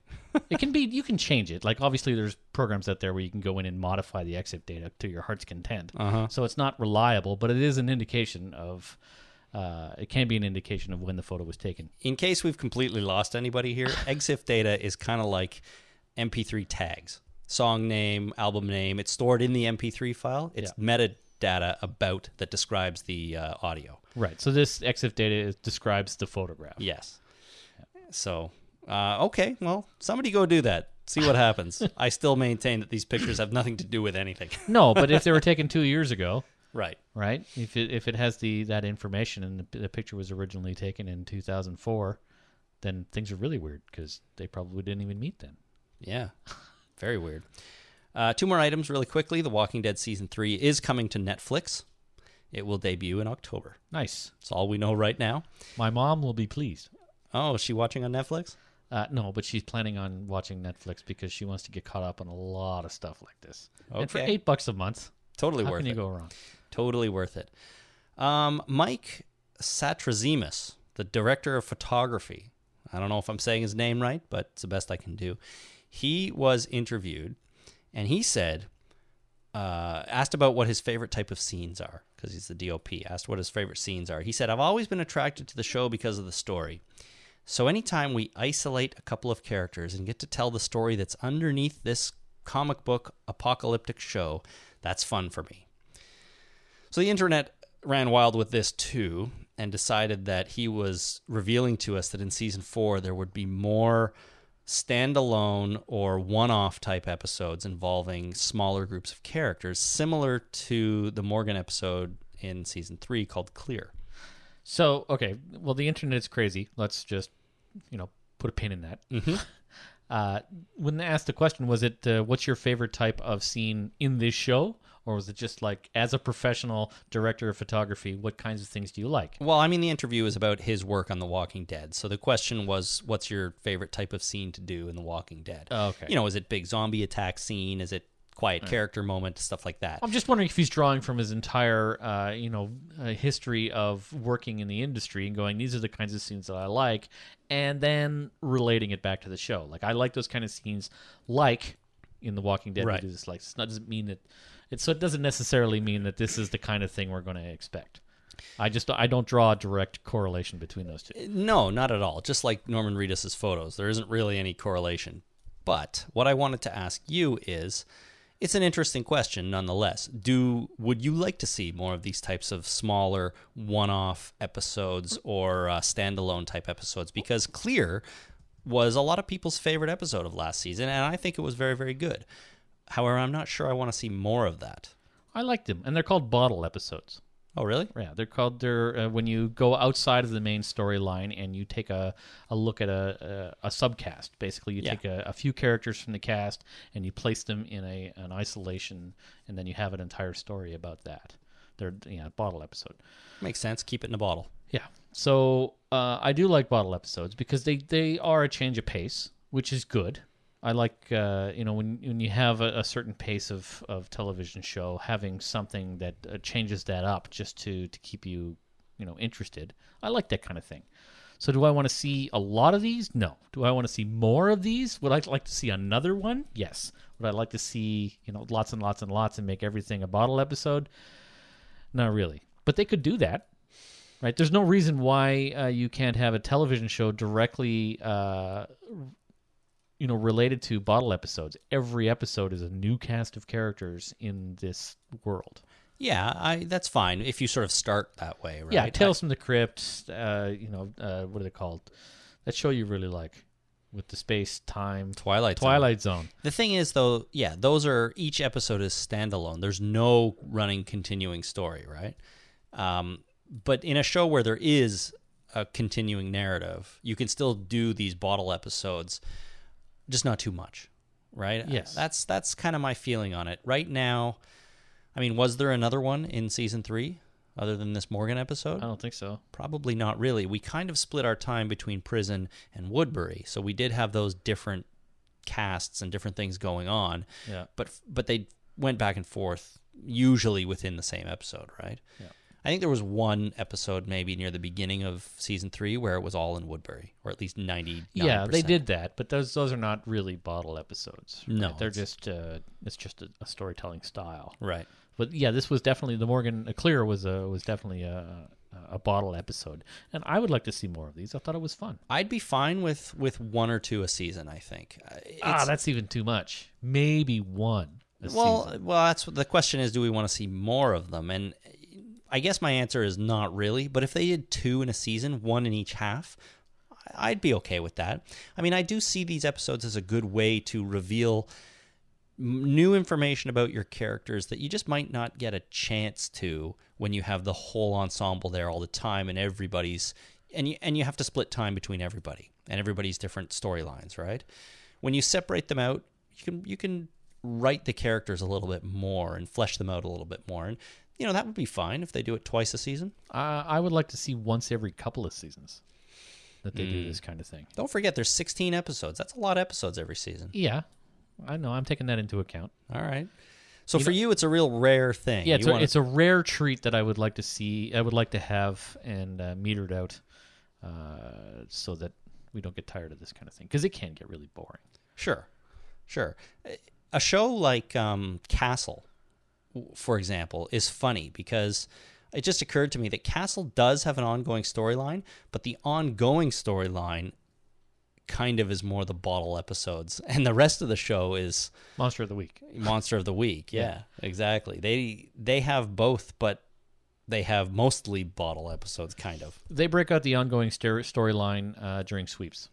it can be (laughs) you can change it. Like obviously there's programs out there where you can go in and modify the EXIF data to your heart's content.
Uh-huh.
So it's not reliable, but it is an indication of uh, it can be an indication of when the photo was taken.
In case we've completely lost anybody here, (laughs) EXIF data is kind of like MP3 tags. Song name, album name, it's stored in the MP3 file. It's metadata about that describes the uh, audio.
Right. So this EXIF data is, describes the photograph.
Yes. So, uh, okay, well, somebody go do that. See what (laughs) happens. I still maintain that these pictures have nothing to do with anything. (laughs)
No, but if they were taken two years ago,
right.
right? If it if it has the that information and the, the picture was originally taken in 2004, then things are really weird because they probably didn't even meet then.
Yeah. Very weird. Uh, two more items really quickly. The Walking Dead season three is coming to Netflix. It will debut in October.
Nice.
That's all we know right now.
My mom will be pleased.
Oh, is she watching on Netflix?
Uh, no, but she's planning on watching Netflix because she wants to get caught up on a lot of stuff like this. And for
Okay.
eight bucks a month,
Totally
how
worth
can you
it.
go wrong?
Totally worth it. Um, Mike Satrazimus, the director of photography. I don't know if I'm saying his name right, but it's the best I can do. He was interviewed, and he said, uh, asked about what his favorite type of scenes are, because he's the DOP. Asked what his favorite scenes are. He said, "I've always been attracted to the show because of the story. So anytime we isolate a couple of characters and get to tell the story that's underneath this comic book apocalyptic show, that's fun for me." So the internet ran wild with this too and decided that he was revealing to us that in season four there would be more standalone or one off type episodes involving smaller groups of characters, similar to the Morgan episode in season three called Clear.
So okay, well the internet's crazy. Let's just you know put a pin in that. (laughs) Uh, when they asked the question, was it uh, what's your favorite type of scene in this show, or was it just like as a professional director of photography, what kinds of things do you like?
Well, I mean, the interview is about his work on The Walking Dead. So the question was, what's your favorite type of scene to do in The Walking Dead?
Oh, okay.
You know, is it big zombie attack scene? Is it quiet character moment? Stuff like that.
I'm just wondering if he's drawing from his entire, uh, you know, uh, history of working in the industry and going, these are the kinds of scenes that I like, and then relating it back to the show. Like I like those kind of scenes, like in The Walking Dead. we
Right.
do this, like it's not doesn't mean that. It, so it doesn't necessarily mean that this is the kind of thing we're going to expect. I just I don't draw a direct correlation between those two.
No, not at all. Just like Norman Reedus's photos, there isn't really any correlation. But what I wanted to ask you is, it's an interesting question nonetheless. Do would you like to see more of these types of smaller one-off episodes or uh, standalone type episodes? Because Clear was a lot of people's favorite episode of last season, and I think it was very, very good. However, I'm not sure I want to see more of that.
I like them, and they're called bottle episodes.
Oh, really?
Yeah, they're called. They're uh, when you go outside of the main storyline and you take a, a look at a, a a subcast. Basically, you
Yeah.
take a, a few characters from the cast and you place them in a an isolation, and then you have an entire story about that. They're you know, bottle episode.
Makes sense. Keep it in a bottle.
Yeah. So uh, I do like bottle episodes because they, they are a change of pace, which is good. I like uh, you know when when you have a, a certain pace of, of television show, having something that uh, changes that up just to to keep you you know interested. I like that kind of thing. So do I want to see a lot of these? No. Do I want to see more of these? Would I like to see another one? Yes. Would I like to see you know lots and lots and lots and make everything a bottle episode? Not really. But they could do that right? There's no reason why uh, you can't have a television show directly, uh, you know, related to bottle episodes. Every episode is a new cast of characters in this world.
Yeah, I that's fine if you sort of start that way, right?
Yeah, Tales from the Crypt. Uh, you know, uh, what are they called? That show you really like with the space time
I- Twilight. Zone.
Twilight Zone.
The thing is, though, yeah, those are each episode is standalone. There's no running, continuing story, right? Um, but in a show where there is a continuing narrative, you can still do these bottle episodes, just not too much, right? Uh,
Yes.
that's that's kind of my feeling on it right now. I mean, was there another one in season three other than this Morgan episode?
I don't think so.
Probably not really. We kind of split our time between prison and Woodbury, so we did have those different casts and different things going on.
Yeah.
But but they went back and forth usually within the same episode, right? Yeah. I think there was one episode maybe near the beginning of season 3 where it was all in Woodbury or at least 90
Yeah, they did that, but those those are not really bottle episodes. right?
No,
they're
it's-
just uh, it's just a, a storytelling style.
Right.
But yeah, this was definitely the Morgan uh, Clear was a was definitely a a bottle episode, and I would like to see more of these. I thought it was fun.
I'd be fine with with one or two a season, I think. Uh, It's,
ah, that's even too much. Maybe one. A
well,
season.
well, that's what the question is: Do we want to see more of them? And I guess my answer is not really. But if they did two in a season, one in each half, I- I'd be okay with that. I mean, I do see these episodes as a good way to reveal m- new information about your characters that you just might not get a chance to when you have the whole ensemble there all the time and everybody's and you, and you have to split time between everybody and everybody's different storylines, right? When you separate them out, you can you can write the characters a little bit more and flesh them out a little bit more and you know that would be fine if they do it twice a season.
I, I would like to see once every couple of seasons that they
Mm.
do this kind of thing.
Don't forget there's 16 episodes. That's a lot of episodes every season.
Yeah, I know. I'm taking that into account.
All right. So for you it's a real rare thing.
Yeah, it's
You
a,
wanna-
it's a rare treat that I would like to see. I would like to have and uh, metered out, uh, so that we don't get tired of this kind of thing because it can get really boring.
Sure, sure. A show like um, Castle, w- for example, is funny because it just occurred to me that Castle does have an ongoing storyline, but the ongoing storyline kind of is more the bottle episodes, (laughs) and the rest of the show is
Monster of the week.
Monster of the Week. Yeah, exactly. They they have both, but they have mostly bottle episodes, kind of.
they break out the ongoing stor- storyline uh, during sweeps.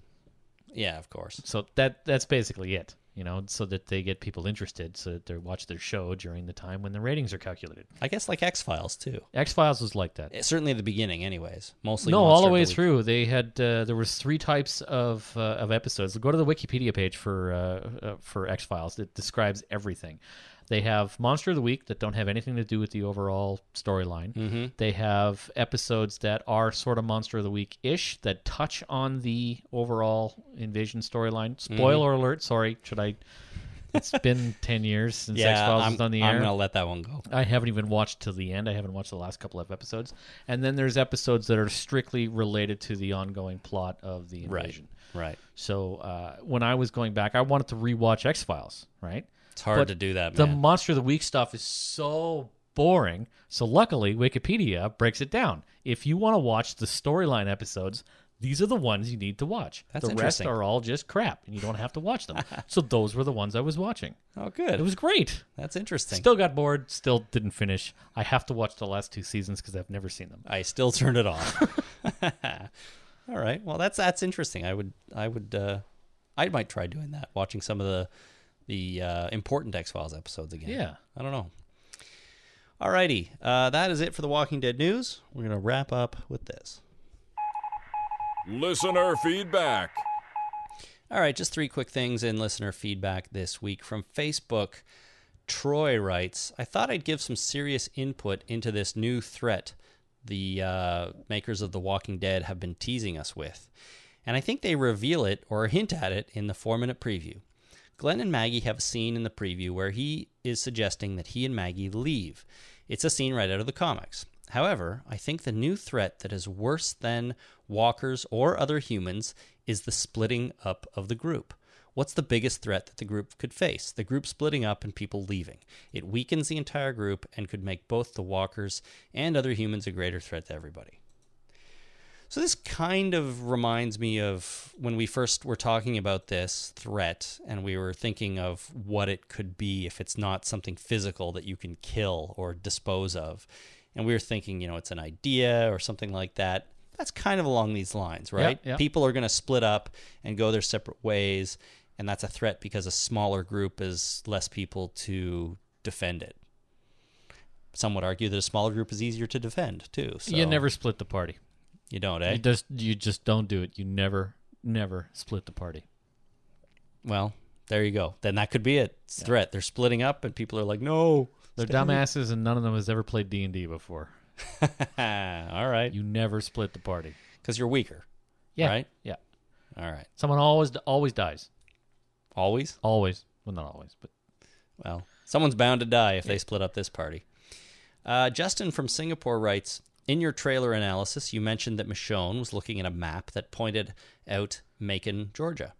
Yeah, of course.
So that that's basically it, you know, so that they get people interested, so that they watch their show during the time when the ratings are calculated.
I guess like X Files too.
X Files was like that.
Certainly at the beginning, anyways. Mostly
no,
Monster
all the
of
way
Week.
through, they had uh, there was three types of uh, of episodes. Go to the Wikipedia page for uh, uh, for X Files. It describes everything. They have Monster of the Week that don't have anything to do with the overall storyline.
Mm-hmm.
They have episodes that are sort of Monster of the Week ish that touch on the overall invasion storyline.
Mm-hmm.
Spoiler alert! Sorry, should I? It's been (laughs) ten years since X
Yeah,
Files
I'm,
was on the air.
I'm gonna let that one go.
I haven't even watched till the end. I haven't watched the last couple of episodes. And then there's episodes that are strictly related to the ongoing plot of the invasion.
Right.
So uh, when I was going back, I wanted to rewatch X Files. Right.
It's hard
But
to do that,
The
Ah, man.
Monster of the Week stuff is so boring. So luckily, Wikipedia breaks it down. If you want to watch the storyline episodes. These are the ones you need to watch.
That's
the rest
interesting.
are all just crap, and you don't have to
(laughs)
watch them. so those were the ones I was watching.
oh,
It
good.
was great.
That's interesting.
Still got bored. Still didn't finish. I have to watch the last two seasons because I've never seen them.
I still turned it
(laughs)
off. (laughs) All right. Well, that's that's interesting. I would I would uh, I might try doing that. Watching some of the the uh, important X Files episodes again.
Yeah.
I don't know. Alrighty, uh, that is it for the Walking Dead news. We're gonna wrap up with this.
Listener feedback.
All right, just three quick things in listener feedback this week from Facebook. Troy writes, I thought I'd give some serious input into this new threat the uh, makers of The Walking Dead have been teasing us with. And I think they reveal it or hint at it in the four minute preview. Glenn and Maggie have a scene in the preview where he is suggesting that he and Maggie leave. It's a scene right out of the comics. However, I think the new threat that is worse than walkers or other humans is the splitting up of the group. What's the biggest threat that the group could face? The group splitting up and people leaving. It weakens the entire group and could make both the walkers and other humans a greater threat to everybody. So this kind of reminds me of when we first were talking about this threat and we were thinking of what it could be if it's not something physical that you can kill or dispose of. And we were thinking, you know, it's an idea or something like that. That's kind of along these lines, right?
yeah.
People are going to split up and go their separate ways, and that's a threat because a smaller group is less people to defend it. Some would argue that a smaller group is easier to defend too. So
You never split the party.
you don't, eh?
You just you just don't do it. You never never split the party.
Well, there you go. Then that could be it. It's a threat. They're splitting up, and people are like, "No,
They're
stay with-"
dumbasses, and none of them has ever played D and D before.
(laughs) All right,
You never split the party.
because you're weaker.
Yeah,
Right?
Yeah.
All right,
Someone always always dies.
always.
Always. Well, not always, but
Well, someone's bound to die if they split up this party. Uh, Justin from Singapore writes In your trailer analysis, you mentioned that Michonne was looking at a map that pointed out Macon, Georgia.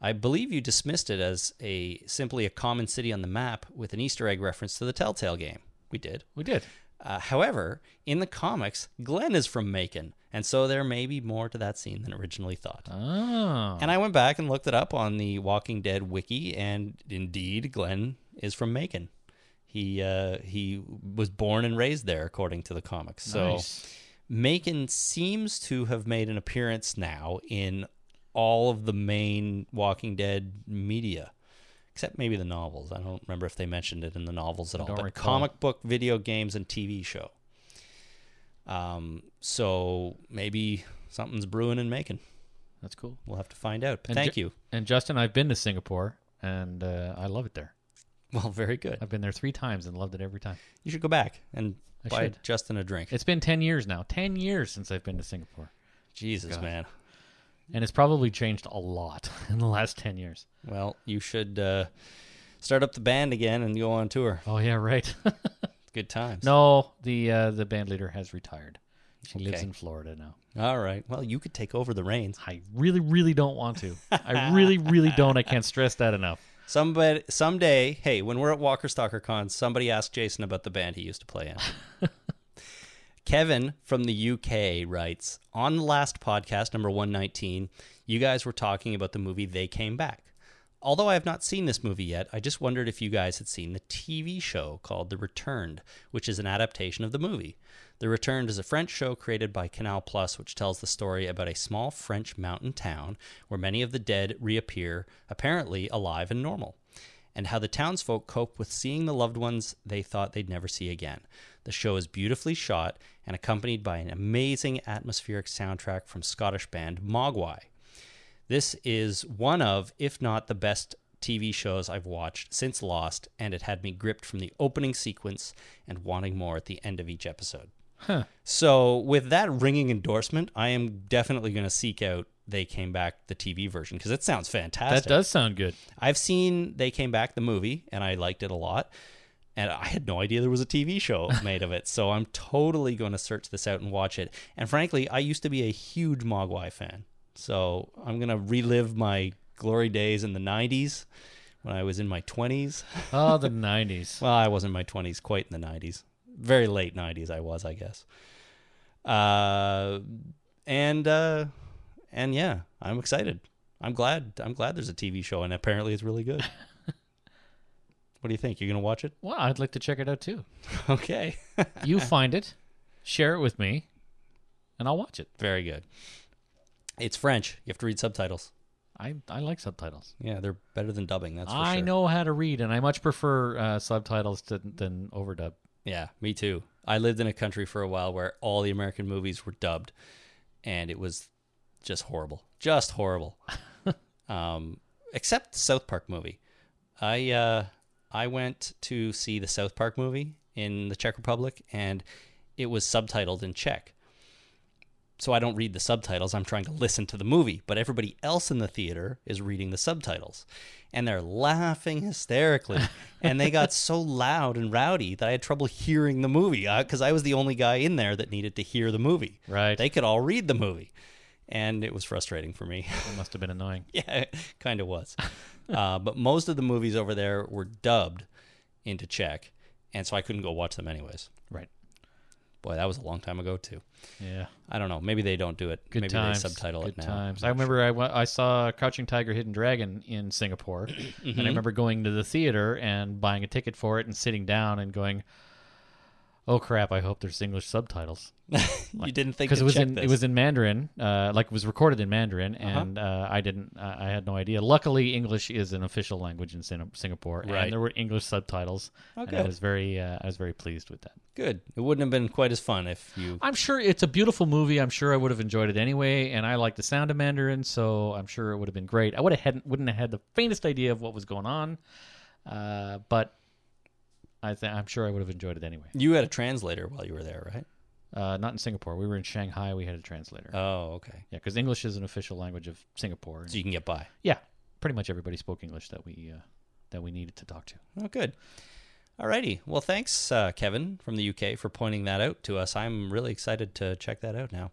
I believe you dismissed it as a simply a common city on the map with an Easter egg reference to the Telltale game. We did.
we did.
Uh, however, in the comics, Glenn is from Macon, and so there may be more to that scene than originally thought.
Oh,
And I went back and looked it up on the Walking Dead wiki, and indeed, Glenn is from Macon. He uh, he was born and raised there, according to the comics. So
nice.
Macon seems to have made an appearance now in all of the main Walking Dead media, except maybe the novels. I don't remember if they mentioned it in the novels at all.
don't
But
recall.
comic book, video games, and TV show. Um, so maybe something's brewing in Macon.
that's cool.
We'll have to find out. But
And
thank
Ju-
you. (laughs)
And Justin, I've been to Singapore, and uh, I love it there.
Well, very good.
I've been there three times and loved it every time.
You should go back and
I
buy
should.
Justin a drink.
It's been ten years now. Ten years since I've been to Singapore,
Jesus, man.
and it's probably changed a lot (laughs) in the last ten years.
Well, you should uh, start up the band again and go on tour.
Oh yeah, right. (laughs)
Good times.
no, the uh, the band leader has retired. She lives
Okay.
in Florida now.
All right. Well, you could take over the reins.
I really, really don't want to. I really, really don't. I can't stress that enough.
Somebody someday, hey, when we're at Walker Stalker Con, somebody asked Jason about the band he used to play in. Kevin from the UK writes On the last podcast, number 119, you guys were talking about the movie They Came Back. Although I have not seen this movie yet, I just wondered if you guys had seen the TV show called The Returned, which is an adaptation of the movie. The Returned is a French show created by Canal Plus, which tells the story about a small French mountain town where many of the dead reappear, apparently alive and normal and how the townsfolk cope with seeing the loved ones they thought they'd never see again. The show is beautifully shot and accompanied by an amazing atmospheric soundtrack from Scottish band Mogwai. This is one of, if not the best, TV shows I've watched since Lost, and it had me gripped from the opening sequence and wanting more at the end of each episode. So, with that ringing endorsement, I am definitely going to seek out They Came Back, the TV version, because it sounds fantastic.
(laughs) That does sound good.
I've seen They Came Back, the movie, and I liked it a lot. And I had no idea there was a TV show made of it. So I'm totally going to search this out and watch it. And frankly, I used to be a huge Mogwai fan. So I'm going to relive my glory days in the 90s when I was in my 20s.
Oh, the (laughs) '90s.
Well, I wasn't in my 20s, quite in the 90s. Very late 90s, I was, I guess. Uh, and uh, and yeah, I'm excited. I'm glad. I'm glad there's a TV show, and apparently it's really good. what do you think? You're gonna watch it? (laughs)
Well, I'd like to check it out too.
Okay. (laughs)
(laughs) You find it, share it with me, and I'll watch it.
Very good. It's French. You have to read subtitles.
I I like subtitles.
Yeah, they're better than dubbing. That's for
I
sure.
know how to read, and I much prefer uh, subtitles to, than overdub.
Yeah, me too. I lived in a country for a while where all the American movies were dubbed, and it was just horrible, just horrible. um, except the South Park movie. I uh, I went to see the South Park movie in the Czech Republic, and it was subtitled in Czech. So I don't read the subtitles. I'm trying to listen to the movie, but everybody else in the theater is reading the subtitles, and they're laughing hysterically. and they got so loud and rowdy that I had trouble hearing the movie because I was the only guy in there that needed to hear the movie.
Right.
They could all read the movie, and it was frustrating for me. (laughs)
It must have been annoying.
yeah, it kind of
(laughs)
was. uh, but most of the movies over there were dubbed into Czech, and so I couldn't go watch them anyways.
Right.
Boy, that was a long time ago too.
Yeah.
I don't know. Maybe they don't do it.
Good
maybe
times.
they subtitle it
Good
now.
times. I remember I, went, I saw Crouching Tiger, Hidden Dragon
(clears throat)
in Singapore,
Mm-hmm.
and I remember going to the theater and buying a ticket for it and sitting down and going, "Oh crap! I hope there's English subtitles."
you didn't think
because
to
it was
check
in
this. Uh-huh.
it was in Mandarin, uh, like it was recorded in Mandarin, and uh, I didn't, I I had no idea. Luckily, English is an official language in Sin- Singapore,
Right.
and there were English subtitles,
Oh,
and I
good.
was very, uh, I was very pleased with that.
good. It wouldn't have been quite as fun if you.
I'm sure it's a beautiful movie. I'm sure I would have enjoyed it anyway, and I like the sound of Mandarin, so I'm sure it would have been great. I would have hadn't, wouldn't have had the faintest idea of what was going on, uh, but I th- I'm sure I would have enjoyed it anyway.
You had a translator while you were there, right?
Uh, not in Singapore. We were in Shanghai. We had a translator.
Oh, okay.
yeah, because English is an official language of Singapore.
So you can get by.
yeah, pretty much everybody spoke English that we uh, that we needed to talk to.
Oh, good. Alrighty. Well, thanks, uh, Kevin from the UK, for pointing that out to us. I'm really excited to check that out now.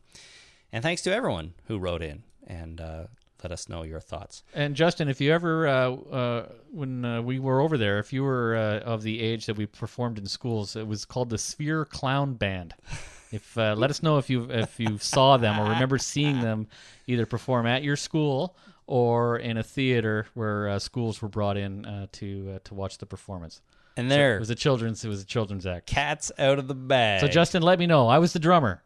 And thanks to everyone who wrote in and uh, let us know your thoughts.
And Justin, if you ever, uh, uh, when uh, we were over there, if you were uh, of the age that we performed in schools, it was called the Sphere Clown Band. If uh, let us know if you if you saw them or remember seeing them, either perform at your school or in a theater where uh, schools were brought in uh, to uh, to watch the performance.
And there,
It was a children's. It was a children's act.
cats out of the bag.
So Justin, let me know. I was the drummer.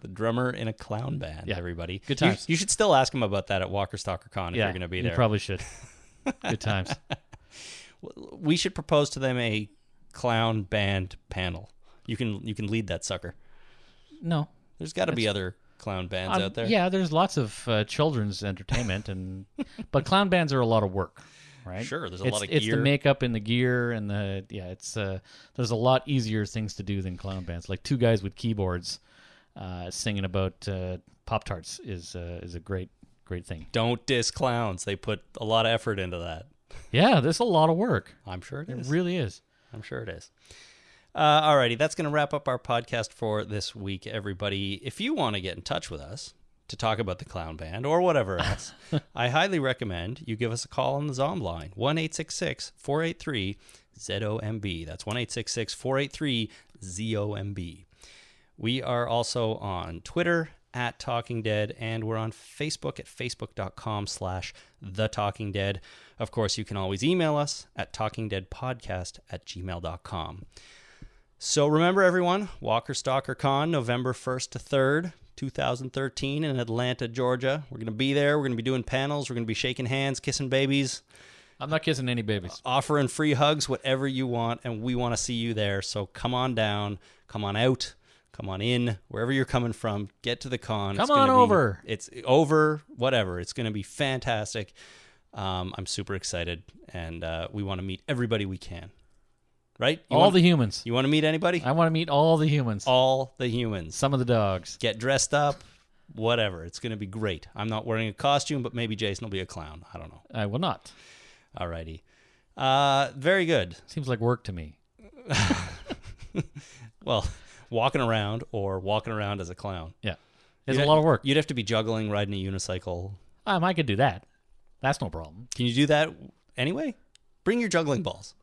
the drummer in a clown band.
Yeah.
everybody.
Good
You-
times.
You, should still ask him about that at Walker Stalker Con if you're going to be there.
You probably should.
(laughs)
Good times.
we should propose to them a clown band panel. You can you can lead that sucker.
No,
There's got to be other clown bands
Um,
out there.
Yeah, there's lots of uh, children's
(laughs)
entertainment, and but clown bands are a lot of work, right?
Sure, there's a
it's,
lot of
it's
gear.
the makeup and the gear and the yeah. It's uh, there's a lot easier things to do than clown bands. Like two guys with keyboards uh, singing about uh, pop tarts is uh, is a great great thing.
Don't diss clowns. They put a lot of effort into that.
Yeah, there's a lot of work.
I'm sure it
It
is.
really is.
I'm sure it is. Uh, alrighty, that's going to wrap up our podcast for this week, everybody. If you want to get in touch with us to talk about the clown band or whatever (laughs) else, I highly recommend you give us a call on the Zom line, 1 483 ZOMB. That's 1 483 ZOMB. We are also on Twitter at Talking Dead, and we're on Facebook at facebook.com slash the Talking Dead. Of course, you can always email us at talkingdeadpodcast at gmail.com. So remember, everyone, Walker Stalker Con, November 1st to 3rd, 2013 in Atlanta, Georgia. We're going to be there. We're going to be doing panels. We're going to be shaking hands, kissing babies,
I'm not kissing any babies.
offering free hugs, whatever you want, and we want to see you there. So come on down, come on out, come on in, wherever you're coming from. Get to the con.
Come
gonna
on
be-
over.
it's over. Whatever. It's going to be fantastic. Um, I'm super excited, and uh, we want to meet everybody we can. Right? You
all
want,
the humans.
you want to meet anybody?
I want to meet all the humans.
All the humans
Some of the dogs.
get dressed up, whatever. It's going to be great. I'm not wearing a costume, but maybe Jason will be a clown. I don't know.
I will not.
Alrighty. Uh, very good.
Seems like work to me.
Well, (laughs) walking around or walking around as a clown.
Yeah, it's
You'd
a
ha-
lot of work.
You'd have to be juggling, riding a unicycle.
Um, I could do that. That's no problem.
Can you do that anyway? Bring your juggling balls.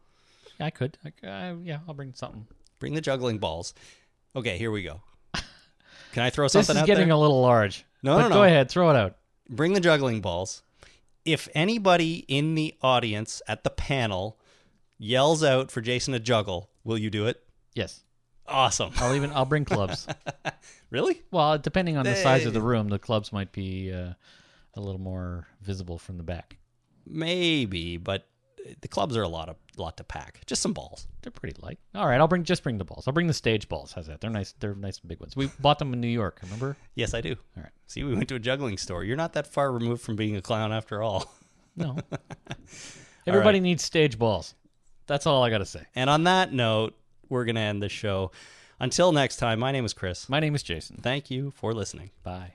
I could. I, c- I- yeah, I'll bring something.
Bring the juggling balls. Okay, here we
(laughs)
go. Can I throw
This
something
is
out
getting
there?
a little large.
No,
but
no, no.
Go ahead, throw it out.
Bring the juggling balls. If anybody in the audience at the panel yells out for Jason to juggle, will you do it?
Yes, (laughs)
Awesome.
I'll even. I'll bring clubs. (laughs)
Really?
well, depending on the size of the room, the clubs might be uh, a little more visible from the back.
Maybe, but the clubs are a lot of lot to pack. Just some balls.
They're pretty light. All right, I'll bring just bring the balls. I'll bring the stage balls. How's that? They're nice. They're nice and big ones. We bought them in New York. (laughs) Remember?
Yes, I do.
All right.
See, we went to a juggling store. You're not that far removed from being a clown after all. (laughs)
No. Everybody needs stage balls. That's all I gotta say.
And on that note, we're going to end the show. Until next time, my name is Chris.
My name is Jason.
Thank you for listening.
Bye.